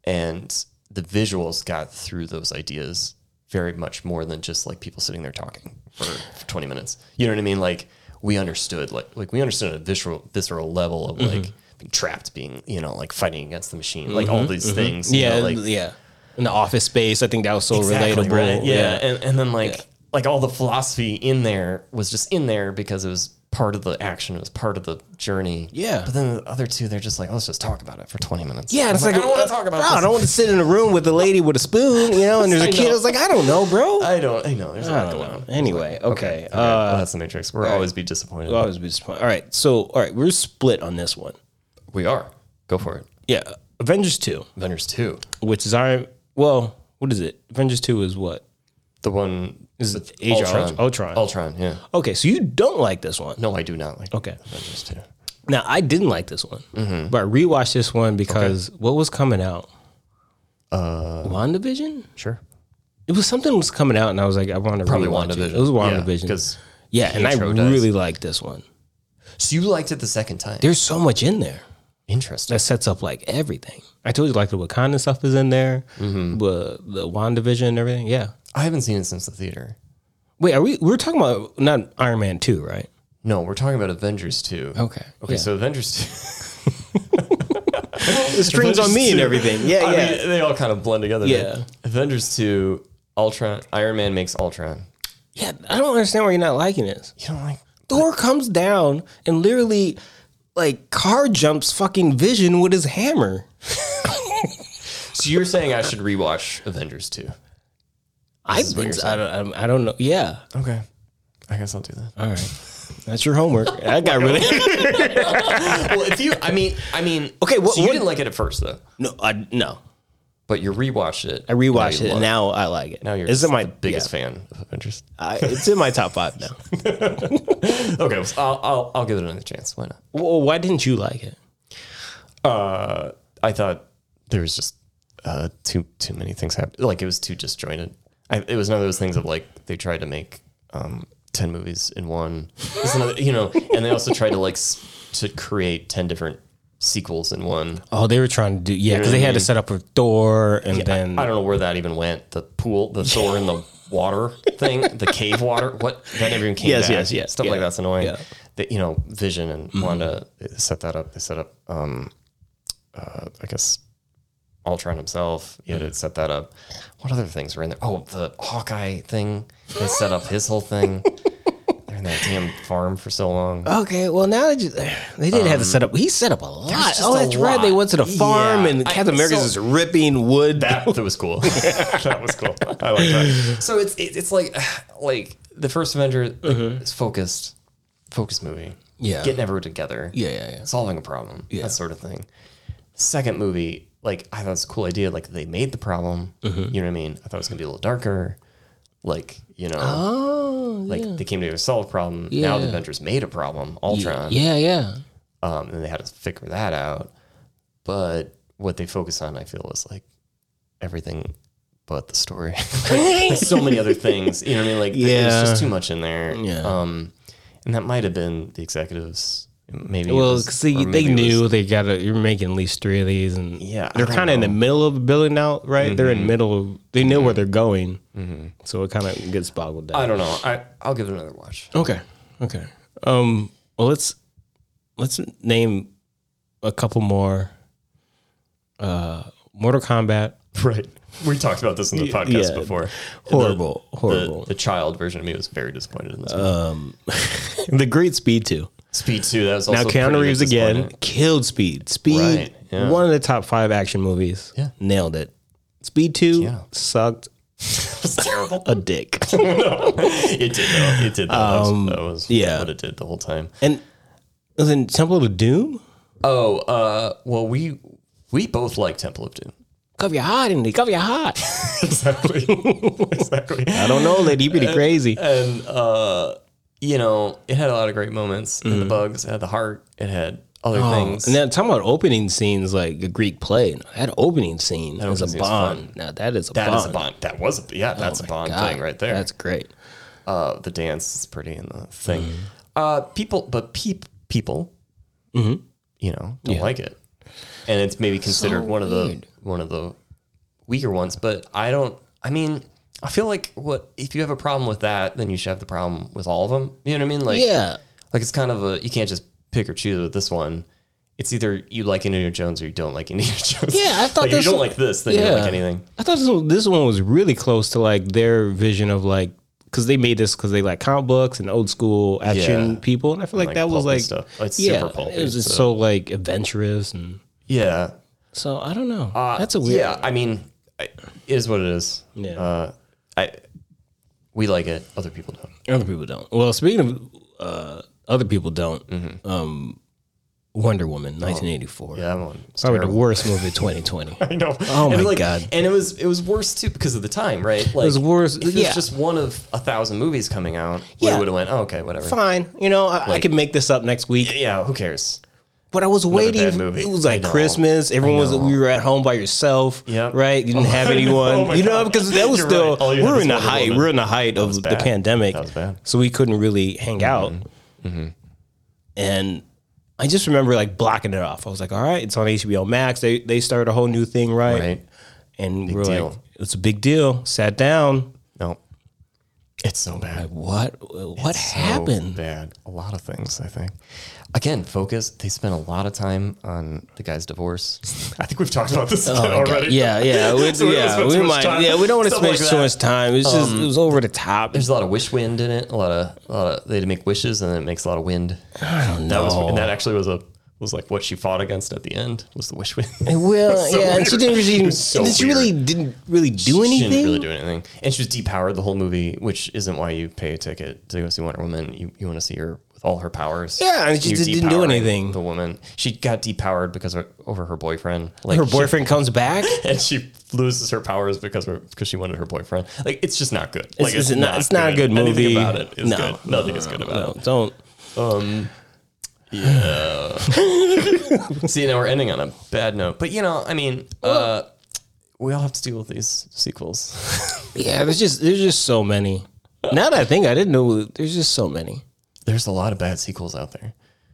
Speaker 4: and the visuals got through those ideas very much more than just like people sitting there talking for, for 20 minutes. You know what I mean? Like we understood like like we understood a visceral visceral level of like
Speaker 1: Mm-hmm.
Speaker 4: being trapped, being you know like fighting against the machine, like all these things. you
Speaker 1: yeah,
Speaker 4: know, like
Speaker 1: yeah. In the office space, I think that was so
Speaker 4: Exactly,
Speaker 1: relatable.
Speaker 4: right? Yeah. And, and then like like all the philosophy in there was just in there because it was part of the action, it was part of the journey.
Speaker 1: Yeah.
Speaker 4: But then the other two, they're just like, let's just talk about it for 20 minutes.
Speaker 1: Yeah,
Speaker 4: I'm
Speaker 1: and it's like,
Speaker 4: I don't want
Speaker 1: uh,
Speaker 4: to talk about
Speaker 1: bro, I
Speaker 4: this.
Speaker 1: don't want to sit in a room with a lady with a spoon, you know, and there's a
Speaker 4: I
Speaker 1: kid.
Speaker 4: know.
Speaker 1: I was like, I don't know, bro.
Speaker 4: I don't. I know. There's a
Speaker 1: I
Speaker 4: lot
Speaker 1: don't
Speaker 4: going
Speaker 1: know. Uh,
Speaker 4: on.
Speaker 1: Anyway, okay.
Speaker 4: All right,
Speaker 1: Uh,
Speaker 4: well, that's the Matrix. We're always be disappointed.
Speaker 1: I was disappointed. All right, so all right, we're split on this one.
Speaker 4: we are. Go for it.
Speaker 1: Yeah, Avengers two,
Speaker 4: Avengers two.
Speaker 1: which is Iron. Well, what is it? Avengers two is what?
Speaker 4: The one
Speaker 1: Is it
Speaker 4: with
Speaker 1: Age of Ultron?
Speaker 4: Ultron. Yeah.
Speaker 1: Okay, so you don't like this one.
Speaker 4: No, I do not like.
Speaker 1: Okay.
Speaker 4: Avengers two.
Speaker 1: Now I didn't like this one, but I rewatched this one because what was coming out? Uh, WandaVision.
Speaker 4: Sure.
Speaker 1: It was something was coming out, and I was like, I want to
Speaker 4: Probably
Speaker 1: rewatch it.
Speaker 4: WandaVision.
Speaker 1: It was
Speaker 4: Yeah,
Speaker 1: WandaVision
Speaker 4: 'cause
Speaker 1: yeah, and I
Speaker 4: Pietro dies.
Speaker 1: really liked this one.
Speaker 4: So you liked it the second time.
Speaker 1: There's so much in there
Speaker 4: Interesting.
Speaker 1: that sets up like everything. I told you like the Wakanda stuff is in there, the the WandaVision and everything. Yeah.
Speaker 4: I haven't seen it since the theater.
Speaker 1: Wait, are we? We're talking about not Iron Man two, right?
Speaker 4: No, we're talking about Avengers 2.
Speaker 1: Okay.
Speaker 4: Okay,
Speaker 1: Yeah.
Speaker 4: so Avengers
Speaker 1: The
Speaker 4: 2.
Speaker 1: strings on me and everything. Yeah,
Speaker 4: I
Speaker 1: yeah.
Speaker 4: mean, they all kind of blend together. but
Speaker 1: Yeah.
Speaker 4: Avengers 2, Ultron, Iron Man makes Ultron.
Speaker 1: yeah, I don't understand why you're not liking this.
Speaker 4: You don't like.
Speaker 1: Thor comes down and literally like car jumps fucking Vision with his hammer.
Speaker 4: So you're saying I should rewatch Avengers 2.
Speaker 1: I,
Speaker 4: is what you're
Speaker 1: I don't I don't know. Yeah.
Speaker 4: Okay. I guess I'll do that.
Speaker 1: All right. That's your homework. I got really.
Speaker 4: well, if you, I mean, I mean,
Speaker 1: Okay, what-
Speaker 4: so you
Speaker 1: what-
Speaker 4: didn't like it at first though,
Speaker 1: No, I, no.
Speaker 4: but you rewatched it.
Speaker 1: I rewatched
Speaker 4: you
Speaker 1: it
Speaker 4: love
Speaker 1: and now I like it.
Speaker 4: Now you're
Speaker 1: This is
Speaker 4: just
Speaker 1: my
Speaker 4: the biggest
Speaker 1: yeah.
Speaker 4: fan of Avengers.
Speaker 1: I, it's in my top five now.
Speaker 4: Okay, well, I'll, I'll I'll give it another chance. Why not?
Speaker 1: Well, why didn't you like it?
Speaker 4: Uh, I thought there was just uh, too too many things happening. Like it was too disjointed. I, it was one of those things of like they tried to make um, ten movies in one. It's another, you know, and they also tried to like s- to create ten different sequels in one.
Speaker 1: Oh, they were trying to do yeah, because
Speaker 4: what
Speaker 1: they
Speaker 4: I
Speaker 1: had to
Speaker 4: mean?
Speaker 1: set up with Thor and
Speaker 4: I-
Speaker 1: then
Speaker 4: I, don't know where that even went. The pool, the Thor in the water thing, the cave water. What that never even came.
Speaker 1: Yes,
Speaker 4: back.
Speaker 1: yes, yes,
Speaker 4: Stuff like
Speaker 1: yeah,
Speaker 4: that's annoying.
Speaker 1: yeah. Mm-hmm.
Speaker 4: That you know, Vision and Wanda they set that up. They set up. Um, uh, I guess Ultron himself. He had to set that up. What other things were in there? Oh, the Hawkeye thing. They set up his whole thing. They're in that damn farm for so long.
Speaker 1: Okay, well now that you, they didn't have to set up. He set up Um, a lot.
Speaker 4: just
Speaker 1: Oh,
Speaker 4: a
Speaker 1: that's right. They
Speaker 4: lot.
Speaker 1: went to the farm
Speaker 4: Yeah.
Speaker 1: and
Speaker 4: I-
Speaker 1: Captain America's
Speaker 4: so-
Speaker 1: just ripping wood.
Speaker 4: that that was cool. that was cool. I like that. So it's it, it's like like the first Avenger like, it's focused, focused movie.
Speaker 1: Mm-hmm. Yeah.
Speaker 4: getting everyone together.
Speaker 1: Yeah, yeah, yeah.
Speaker 4: solving a problem. that sort of thing. Second movie, like I thought it's a cool idea. Like they made the problem.
Speaker 1: Mm-hmm.
Speaker 4: You know what I mean? I thought it was gonna be a little darker. Like you know,
Speaker 1: oh,
Speaker 4: like they came together to solve a problem. Now the Avengers made a problem. Ultron
Speaker 1: yeah, yeah.
Speaker 4: um, and they had to figure that out. But what they focus on, I feel, is like everything but the story. Like, so many other things, you know what I mean? Like,
Speaker 1: Yeah.
Speaker 4: there's just too much in there.
Speaker 1: Yeah.
Speaker 4: Um, and that might have been the executives. Maybe. it
Speaker 1: Well,
Speaker 4: was-
Speaker 1: see,
Speaker 4: or
Speaker 1: they
Speaker 4: maybe it was-
Speaker 1: knew they got to. You're making at least three of these, and
Speaker 4: Yeah, I
Speaker 1: they're
Speaker 4: don't
Speaker 1: kind of in the
Speaker 4: know. Mm-hmm.
Speaker 1: middle of building out. Right, they're in middle. They know where they're going, so it kind of gets boggled down.
Speaker 4: I don't know. I I'll give it another watch.
Speaker 1: Okay. Okay. Um. Well, let's let's name a couple more. Uh, Mortal Kombat.
Speaker 4: Right. We talked about this in the
Speaker 1: podcast
Speaker 4: podcast
Speaker 1: before.
Speaker 4: before.
Speaker 1: Horrible,
Speaker 4: The,
Speaker 1: horrible. Uh,
Speaker 4: the child version of me was very disappointed in this. one.
Speaker 1: the great Speed Two.
Speaker 4: Speed two. That was also
Speaker 1: Now Keanu
Speaker 4: pretty
Speaker 1: Reeves again
Speaker 4: disappointing.
Speaker 1: killed Speed. Speed,
Speaker 4: Right, yeah.
Speaker 1: one of the top five action movies.
Speaker 4: Yeah.
Speaker 1: nailed it. Speed Two
Speaker 4: Yeah.
Speaker 1: sucked
Speaker 4: It was terrible.
Speaker 1: a dick.
Speaker 4: it did though. It did though. That was- that was,
Speaker 1: Um, yeah.
Speaker 4: what it did the whole time.
Speaker 1: and then Temple of Doom.
Speaker 4: Oh, uh, well we we both like Temple of Doom.
Speaker 1: Cover your heart, and cover your heart.
Speaker 4: Exactly. exactly.
Speaker 1: I don't know, lady. You pretty crazy.
Speaker 4: And uh, you know, it had a lot of great moments. It had the bugs, it had the heart, it had other
Speaker 1: Mm. Oh,
Speaker 4: things.
Speaker 1: And then talking about opening scenes like the Greek play, that opening scene is
Speaker 4: opening
Speaker 1: a
Speaker 4: scene's
Speaker 1: bond. Now that is a
Speaker 4: That
Speaker 1: bond.
Speaker 4: is a Bond. That was a yeah. That's a Bond
Speaker 1: Oh God,
Speaker 4: thing right there.
Speaker 1: That's great.
Speaker 4: uh, the dance is pretty and the thing.
Speaker 1: Mm-hmm.
Speaker 4: Uh, people, but peep people, you know, don't like it, and it's maybe considered one of the
Speaker 1: weird.
Speaker 4: one of the weaker ones. But I don't. I mean, I feel like what if you have a problem with that, then you should have the problem with all of them. You know what I mean? Like,
Speaker 1: yeah.
Speaker 4: like it's kind of a you can't just pick or choose with this one. It's either you like Indiana Jones or you don't like Indiana Jones.
Speaker 1: Yeah, I thought
Speaker 4: like, if
Speaker 1: this
Speaker 4: you don't
Speaker 1: one-
Speaker 4: like this, then you don't like anything.
Speaker 1: I thought this one, this one was really close to like their vision of like because they made this because they like comic books and old school action
Speaker 4: Yeah.
Speaker 1: people, and I feel like,
Speaker 4: Like
Speaker 1: that was
Speaker 4: pulpy
Speaker 1: like
Speaker 4: stuff. Oh, It's
Speaker 1: yeah,
Speaker 4: super pulpy,
Speaker 1: it was just so.
Speaker 4: so-
Speaker 1: like adventurous and
Speaker 4: Yeah,
Speaker 1: so I don't know.
Speaker 4: Uh,
Speaker 1: that's a weird.
Speaker 4: Yeah, I mean, I, it is what it is.
Speaker 1: Yeah.
Speaker 4: Uh, I we like it. Other people don't.
Speaker 1: Other people don't. Well, speaking of uh, other people don't, um, Wonder Woman, 1984.
Speaker 4: Yeah, I'm on. it's
Speaker 1: Probably the
Speaker 4: terrible.
Speaker 1: worst movie of 2020.
Speaker 4: I know.
Speaker 1: Oh
Speaker 4: and
Speaker 1: my
Speaker 4: like,
Speaker 1: God.
Speaker 4: And it was it was worse too because of the time, right? Like, it
Speaker 1: was worse-
Speaker 4: If it
Speaker 1: yeah.
Speaker 4: was just one of a thousand movies coming out,
Speaker 1: Yeah.
Speaker 4: we would have went. Oh, okay, whatever.
Speaker 1: Fine, you know, I, I
Speaker 4: Like-
Speaker 1: can make this up next week.
Speaker 4: Yeah, who cares?
Speaker 1: But I was waiting.
Speaker 4: bad movie.
Speaker 1: It was
Speaker 4: I
Speaker 1: like
Speaker 4: know.
Speaker 1: Christmas. Everyone was. We were at home by yourself.
Speaker 4: Yep.
Speaker 1: Right. You didn't have
Speaker 4: I know.
Speaker 1: anyone.
Speaker 4: Oh my
Speaker 1: you know,
Speaker 4: God.
Speaker 1: because that was
Speaker 4: You're
Speaker 1: still.
Speaker 4: right. Oh, All
Speaker 1: We
Speaker 4: you had
Speaker 1: were
Speaker 4: was
Speaker 1: in the
Speaker 4: Wonder
Speaker 1: height. We
Speaker 4: Woman.
Speaker 1: were in the height of the
Speaker 4: bad.
Speaker 1: pandemic.
Speaker 4: That was bad. Mm-hmm.
Speaker 1: So we couldn't really hang out. And I just remember like blocking it off. I was like, "All right, it's on HBO Max. They they started a whole new thing, right?"
Speaker 4: Right.
Speaker 1: And we we're like,
Speaker 4: deal.
Speaker 1: "It's a big deal." Sat down.
Speaker 4: No, it's so bad.
Speaker 1: What what
Speaker 4: so
Speaker 1: happened?
Speaker 4: bad. A lot of things, I think. Again, focus. They spent a lot of time on the guy's divorce. I think we've talked about this
Speaker 1: Oh my God.
Speaker 4: already.
Speaker 1: Yeah, yeah, we,
Speaker 4: So we don't
Speaker 1: yeah.
Speaker 4: spend
Speaker 1: We
Speaker 4: too much
Speaker 1: might,
Speaker 4: time.
Speaker 1: yeah, we don't want to
Speaker 4: Stuff
Speaker 1: spend
Speaker 4: like
Speaker 1: too
Speaker 4: that. Um,
Speaker 1: much time. It's just it was over the top.
Speaker 4: There's a lot of wish wind in it. A lot of, a lot of they had to make wishes, and then it makes a lot of wind.
Speaker 1: I don't
Speaker 4: That
Speaker 1: know.
Speaker 4: Oh. was, and that actually was a was like what she fought against at the end was the wish wind.
Speaker 1: Well, yeah, and she didn't really,
Speaker 4: It's so
Speaker 1: and she really didn't really do
Speaker 4: She
Speaker 1: anything.
Speaker 4: didn't really do anything. And she was depowered the whole movie, which isn't why you pay a ticket to go see Wonder Woman. You, you want to see her with all her powers.
Speaker 1: Yeah, and she
Speaker 4: You
Speaker 1: just didn't do
Speaker 4: depowering
Speaker 1: anything.
Speaker 4: The woman. She got depowered because of, over her boyfriend. Like
Speaker 1: Her
Speaker 4: she-
Speaker 1: boyfriend comes back.
Speaker 4: and she loses her powers because her, because she wanted her boyfriend. Like it's just not good. like
Speaker 1: it's not- it's not a good movie.
Speaker 4: Anything about it is
Speaker 1: No.
Speaker 4: good. Nothing is good about
Speaker 1: No, don't.
Speaker 4: it. See, now we're ending on a bad note. But you know, I mean, uh, we all have to deal with these sequels.
Speaker 1: Yeah, there's just there's just so many. Now that I think I didn't know there's just so many.
Speaker 4: There's a lot of bad sequels out there.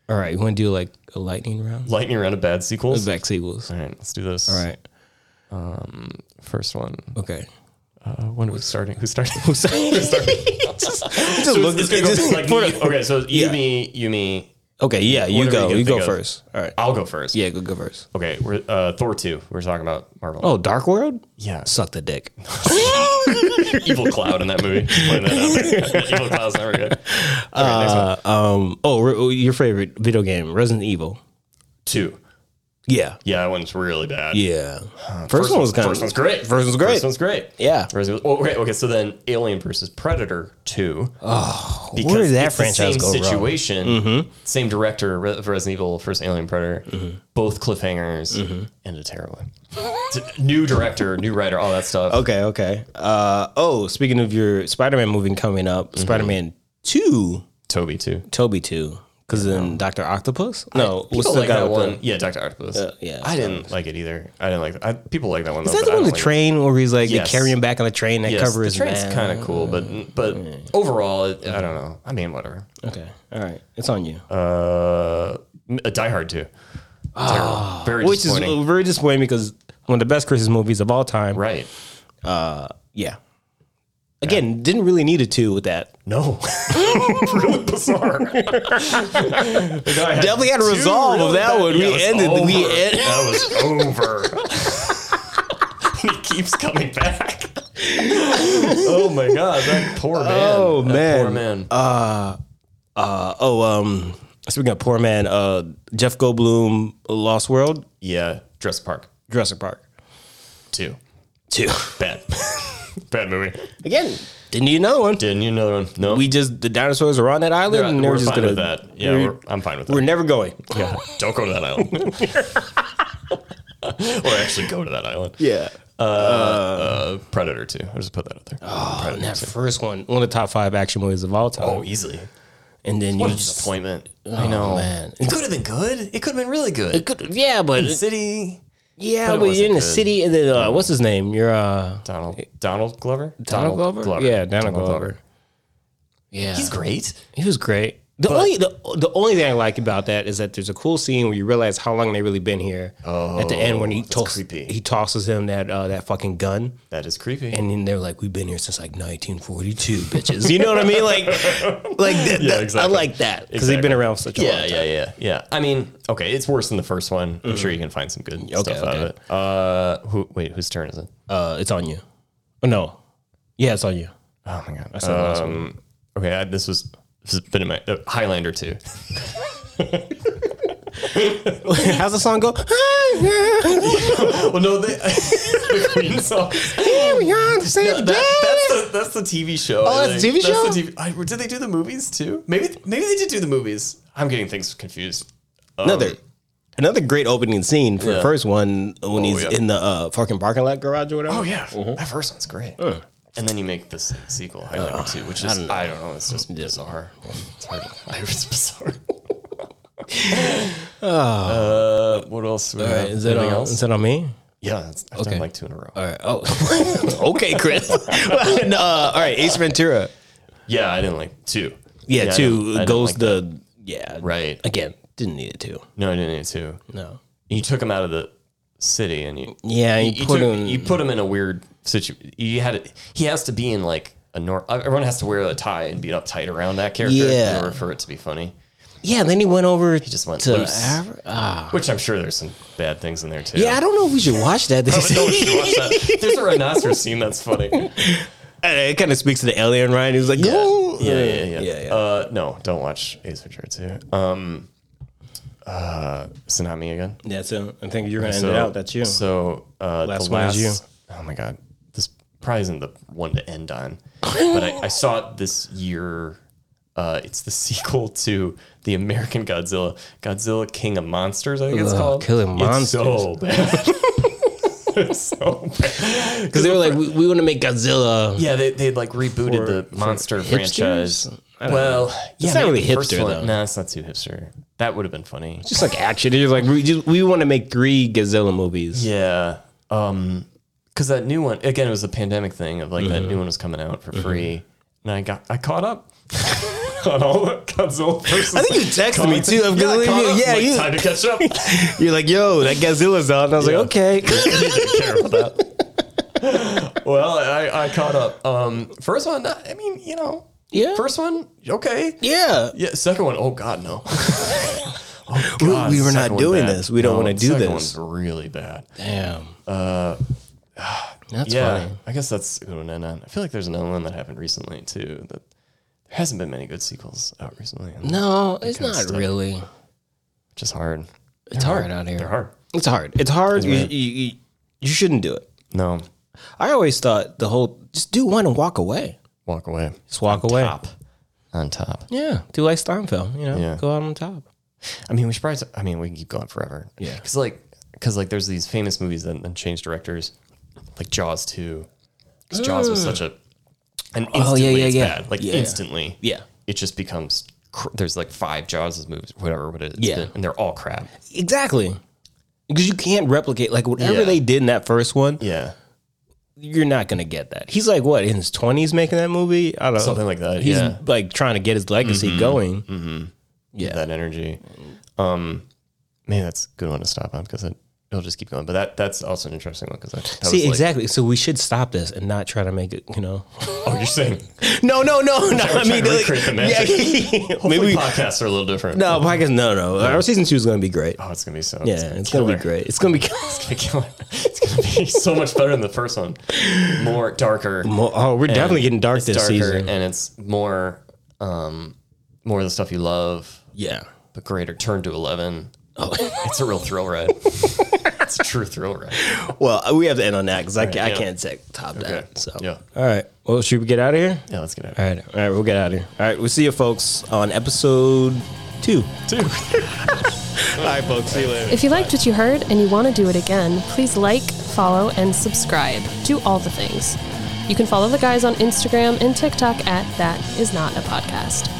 Speaker 1: All right, you want to do like a lightning round?
Speaker 4: Lightning round of bad sequels.
Speaker 1: Back sequels.
Speaker 4: All right, let's do this.
Speaker 1: All right.
Speaker 4: First one.
Speaker 1: Okay.
Speaker 4: Uh, when was starting? Who's starting? Who's starting? Who's starting?
Speaker 1: Just look-
Speaker 4: It's gonna go
Speaker 1: just-
Speaker 4: like, you- okay, so you, me, you, me.
Speaker 1: okay. Yeah, you
Speaker 4: Whatever
Speaker 1: go.
Speaker 4: you can
Speaker 1: You go
Speaker 4: think of.
Speaker 1: first. All right.
Speaker 4: I'll go first.
Speaker 1: Yeah, go go first.
Speaker 4: Okay, we're uh, Thor two. We're talking about Marvel.
Speaker 1: Oh, Dark World.
Speaker 4: yeah.
Speaker 1: Suck the dick.
Speaker 4: Evil Cloud in that movie. Just putting that out there. Evil Cloud's never good. All right, next one.
Speaker 1: Um. Oh, re- your favorite video game, Resident Evil.
Speaker 4: Two.
Speaker 1: Yeah.
Speaker 4: Yeah, that one's really bad.
Speaker 1: Yeah. First, one was kind of.
Speaker 4: First one's great.
Speaker 1: First one's great.
Speaker 4: First one's great.
Speaker 1: Yeah.
Speaker 4: Resident- oh, okay, okay, so then Alien versus Predator 2. Oh,
Speaker 1: where did that franchise
Speaker 4: same
Speaker 1: go wrong? Mm-hmm.
Speaker 4: situation, same director Re- for Resident Evil, first Alien Predator, both cliffhangers,
Speaker 1: Mm-hmm.
Speaker 4: ended terribly. It's a new director, new writer, all that stuff.
Speaker 1: Okay, okay. Uh, oh, speaking of your Spider-Man movie coming up,
Speaker 4: Mm-hmm.
Speaker 1: Spider-Man Two,
Speaker 4: Toby, too.
Speaker 1: Toby Two, because then Doctor Octopus. No,
Speaker 4: People
Speaker 1: the
Speaker 4: like
Speaker 1: guy
Speaker 4: that
Speaker 1: with the-
Speaker 4: one. Yeah, Doctor Octopus.
Speaker 1: Uh, yeah,
Speaker 4: I didn't like it either. I didn't like that. I, people like that one.
Speaker 1: Is that the one with the train where he's like
Speaker 4: Yes.
Speaker 1: they carry him back on the train that
Speaker 4: Yes,
Speaker 1: cover
Speaker 4: the
Speaker 1: his
Speaker 4: train's
Speaker 1: van?
Speaker 4: kind of cool, but but overall, it, I don't know. I mean, whatever.
Speaker 1: Okay, all right, it's on you.
Speaker 4: Uh, a Die Hard too. Terrible.
Speaker 1: Ah,
Speaker 4: very
Speaker 1: Which is
Speaker 4: disappointing.
Speaker 1: very disappointing because one of the best Christmas movies of all time.
Speaker 4: right.
Speaker 1: Yeah. Again, didn't really need a two with that.
Speaker 4: No, really bizarre. the guy had
Speaker 1: Definitely had a
Speaker 4: two
Speaker 1: resolve of
Speaker 4: really
Speaker 1: that
Speaker 4: bad-
Speaker 1: one.
Speaker 4: Yeah, it
Speaker 1: we
Speaker 4: was
Speaker 1: ended.
Speaker 4: Over.
Speaker 1: We end.
Speaker 4: That was over. he keeps coming back. oh my god, that poor man.
Speaker 1: Oh,
Speaker 4: That
Speaker 1: man.
Speaker 4: poor man. Uh,
Speaker 1: Oh, um, speaking of poor man, uh, Jeff Goldblum, Lost World,
Speaker 4: yeah, Dress Park
Speaker 1: Jurassic Park.
Speaker 4: two.
Speaker 1: Two.
Speaker 4: Bad, bad movie.
Speaker 1: Again, didn't need another one.
Speaker 4: Didn't you another one? No,
Speaker 1: We just the dinosaurs are on that island,
Speaker 4: Yeah,
Speaker 1: and they're
Speaker 4: we're
Speaker 1: just
Speaker 4: fine
Speaker 1: gonna.
Speaker 4: with that. Yeah,
Speaker 1: we're-
Speaker 4: we're, I'm fine with that.
Speaker 1: We're never going.
Speaker 4: Yeah, don't go to that island. or actually go to that island.
Speaker 1: Yeah.
Speaker 4: Uh, Predator 2. I'll just put that out there.
Speaker 1: And that first one, one of the top five action movies of all time.
Speaker 4: oh, easily.
Speaker 1: and then you
Speaker 4: What a
Speaker 1: just
Speaker 4: disappointment. I know.
Speaker 1: Oh, man.
Speaker 4: It could have been good. It could have been really good.
Speaker 1: It could- yeah, but
Speaker 4: City.
Speaker 1: yeah,
Speaker 4: but it
Speaker 1: but, you're in the
Speaker 4: wasn't good.
Speaker 1: city, and then uh, what's his name? You're uh,
Speaker 4: Donald Donald Glover?
Speaker 1: Donald Glover. Yeah, Donald, Glover. Yeah,
Speaker 4: He's great.
Speaker 1: he was great. The only the, the only thing I like about that is that there's a cool scene where you realize how long they really been here. Oh, at the end when he tosses
Speaker 4: creepy.
Speaker 1: he tosses him that uh, that fucking gun,
Speaker 4: That is creepy.
Speaker 1: and then they're like, "We've been here since like 1942, bitches." You know what I mean? Like, like that, that-
Speaker 4: exactly.
Speaker 1: I like that because they've been
Speaker 4: Exactly.
Speaker 1: around for such a long
Speaker 4: yeah,
Speaker 1: time.
Speaker 4: yeah, yeah, yeah. I mean, okay, it's worse than the first one. I'm sure you can find some good stuff out of
Speaker 1: Mm-hmm. okay.
Speaker 4: it. Uh, who? Wait, whose turn is it?
Speaker 1: Uh, it's on you. Oh, no, yeah, it's on you.
Speaker 4: Oh my god! I said um, okay, I, this was this has been in my uh, Highlander too.
Speaker 1: How's the song go?
Speaker 4: well, no, they, the Queen song.
Speaker 1: Here we are to save the
Speaker 4: That-
Speaker 1: day.
Speaker 4: that's, the, that's the TV
Speaker 1: Oh,
Speaker 4: show. I
Speaker 1: that's
Speaker 4: think.
Speaker 1: the TV show?
Speaker 4: the TV I- did they do the movies too? Maybe maybe they did do the movies. I'm getting things confused.
Speaker 1: Another. Another great opening scene for the
Speaker 4: um, Yeah. Oh,
Speaker 1: first one when he's
Speaker 4: yeah.
Speaker 1: in the uh, fucking parking lot garage or whatever.
Speaker 4: Oh yeah, that first one's great. And then you make this sequel, Highlander two, which is I don't know. it's just bizarre. It's hard. It's bizarre. uh, what else? do we have?
Speaker 1: Is that,
Speaker 4: Anything
Speaker 1: on,
Speaker 4: else?
Speaker 1: is that on me?
Speaker 4: Yeah, that's, I've done like two in a row.
Speaker 1: All right. Oh, okay, Chris. And, uh, all right, Ace Ventura.
Speaker 4: Yeah, I didn't like two.
Speaker 1: Yeah,
Speaker 4: I didn't- I
Speaker 1: two
Speaker 4: didn't
Speaker 1: goes
Speaker 4: like
Speaker 1: the yeah
Speaker 4: Right.
Speaker 1: again. Didn't need it to.
Speaker 4: No, I didn't need two.
Speaker 1: No.
Speaker 4: You took him out of the city, and you
Speaker 1: Yeah, you,
Speaker 4: you,
Speaker 1: put
Speaker 4: took-
Speaker 1: him.
Speaker 4: you put him in a weird situation. You had it. He has to be in like a nor. Everyone has to wear a tie and be uptight around that character
Speaker 1: Yeah.
Speaker 4: in order for it to be funny.
Speaker 1: yeah, then he went over. He
Speaker 4: just went
Speaker 1: to.
Speaker 4: loose.
Speaker 1: Af- ah.
Speaker 4: Which I'm sure there's some bad things in there too.
Speaker 1: yeah, I don't know if we should watch that.
Speaker 4: But no one should watch that. There's a rhinoceros scene that's funny.
Speaker 1: it kind of speaks to the alien, right? He was like,
Speaker 4: Yeah,
Speaker 1: "Go."
Speaker 4: yeah, yeah. yeah.
Speaker 1: yeah, yeah.
Speaker 4: Uh, no, don't watch Ace Ventura 2. Um, Tsunami again.
Speaker 1: That's it. I think you're gonna end it out. That's you.
Speaker 4: So uh,
Speaker 1: Last
Speaker 4: the
Speaker 1: one
Speaker 4: last,
Speaker 1: is
Speaker 4: Oh my god, this probably isn't the one to end on. but I, I saw it this year. Uh, it's the sequel to the American Godzilla, Godzilla King of Monsters. I think it's
Speaker 1: Ugh,
Speaker 4: called.
Speaker 1: King of
Speaker 4: It's so bad. it's so bad.
Speaker 1: because they were like, we, we want to make Godzilla.
Speaker 4: Yeah, they they like rebooted
Speaker 1: For-
Speaker 4: the monster
Speaker 1: hipsters?
Speaker 4: franchise.
Speaker 1: I don't
Speaker 4: Well, yeah,
Speaker 1: It's not
Speaker 4: maybe
Speaker 1: really
Speaker 4: the first
Speaker 1: hipster,
Speaker 4: one-
Speaker 1: though.
Speaker 4: No, it's not too hipster. That would have been funny.
Speaker 1: Just like action. You're like, we just we want to make three Godzilla movies.
Speaker 4: Yeah. Um, because that new one again, it was a pandemic thing of like that
Speaker 1: Mm-hmm.
Speaker 4: new one was coming out for free, and I got I caught up on all the Godzilla versus.
Speaker 1: I think you texted me, too. I'm
Speaker 4: Yeah, I
Speaker 1: gonna-
Speaker 4: caught up.
Speaker 1: yeah,
Speaker 4: Like,
Speaker 1: you-
Speaker 4: time to catch up.
Speaker 1: You're like, yo, that Godzilla's on. I was
Speaker 4: Yeah.
Speaker 1: like, okay.
Speaker 4: didn't care about that. well, I, I caught up. Um, first one, I mean, you know,
Speaker 1: Yeah.
Speaker 4: First one, okay.
Speaker 1: yeah.
Speaker 4: Yeah, second one, oh god, no. Oh,
Speaker 1: We-
Speaker 4: God,
Speaker 1: we were
Speaker 4: second
Speaker 1: not
Speaker 4: one
Speaker 1: doing this. We don't wanna do
Speaker 4: second
Speaker 1: this.
Speaker 4: One's really bad.
Speaker 1: Damn. Uh, that's
Speaker 4: yeah,
Speaker 1: funny.
Speaker 4: I guess that's a good one. to end on. I feel like there's another one that happened recently too. That there hasn't been many good sequels out recently. and
Speaker 1: No, it's
Speaker 4: kinda
Speaker 1: not
Speaker 4: stuck.
Speaker 1: really.
Speaker 4: it's just hard.
Speaker 1: It's hard out here.
Speaker 4: They're hard.
Speaker 1: It's hard. It's hard. You, you, you, you shouldn't do it.
Speaker 4: No,
Speaker 1: I always thought the whole just do one and walk away.
Speaker 4: walk away
Speaker 1: Just walk away.
Speaker 4: on top.
Speaker 1: Yeah. Do like Steinfeld. You know,
Speaker 4: Yeah.
Speaker 1: go out on top.
Speaker 4: I mean, we should probably. I mean, we can keep going forever.
Speaker 1: Yeah.
Speaker 4: because like, because like, there's these famous movies that then change directors, like Jaws two. 'Cause Jaws was such a, and instantly
Speaker 1: Oh, yeah, yeah,
Speaker 4: it's
Speaker 1: yeah.
Speaker 4: bad. Like
Speaker 1: Yeah.
Speaker 4: instantly,
Speaker 1: Yeah.
Speaker 4: it just becomes. Cr- there's like five Jaws movies, whatever what it is,
Speaker 1: Yeah.
Speaker 4: and they're all crap.
Speaker 1: Exactly. Because you can't replicate like whatever
Speaker 4: Yeah.
Speaker 1: they did in that first one.
Speaker 4: Yeah,
Speaker 1: You're not gonna get that. He's like what in his twenties making that movie. I don't know
Speaker 4: Something like that,
Speaker 1: He's
Speaker 4: yeah. Mm-hmm.
Speaker 1: like trying to get his legacy going.
Speaker 4: yeah, that energy. Um, man, that's a good one to stop on because it it'll just keep going. But that that's also an interesting one because that, that
Speaker 1: See
Speaker 4: was, like-
Speaker 1: exactly. So we should stop this and not try to make it. You know.
Speaker 4: oh, you're saying
Speaker 1: No, no, no, no. I
Speaker 4: trying
Speaker 1: mean,
Speaker 4: to
Speaker 1: like,
Speaker 4: recreate the magic.
Speaker 1: yeah.
Speaker 4: maybe
Speaker 1: maybe.
Speaker 4: podcasts are a little different.
Speaker 1: No, podcast. No, no. Our season two is gonna be great.
Speaker 4: oh, it's gonna be so.
Speaker 1: Yeah, it's gonna be
Speaker 4: killer.
Speaker 1: great. It's gonna be.
Speaker 4: I can't- It's gonna be so much better than the first one. More darker.
Speaker 1: Mo- oh, we're definitely
Speaker 4: and
Speaker 1: getting dark
Speaker 4: it's
Speaker 1: this
Speaker 4: darker,
Speaker 1: season.
Speaker 4: and it's more, um, more of the stuff you love,
Speaker 1: Yeah.
Speaker 4: but greater. Turn to eleven. Oh, it's a real thrill ride. it's a true thrill ride.
Speaker 1: Well, we have to end on that because I, ca- I
Speaker 4: yeah.
Speaker 1: can't say top that. So.
Speaker 4: Yeah.
Speaker 1: All right. Well, should we get out of here?
Speaker 4: Yeah, let's get out.
Speaker 1: All right. All right. We'll get out of here. All right. We'll see you folks on episode two. Two. All right, folks. See you later.
Speaker 3: If you liked what you heard and you want to do it again, please like, follow, and subscribe. Do all the things. You can follow the guys on Instagram and TikTok at That Is Not a Podcast.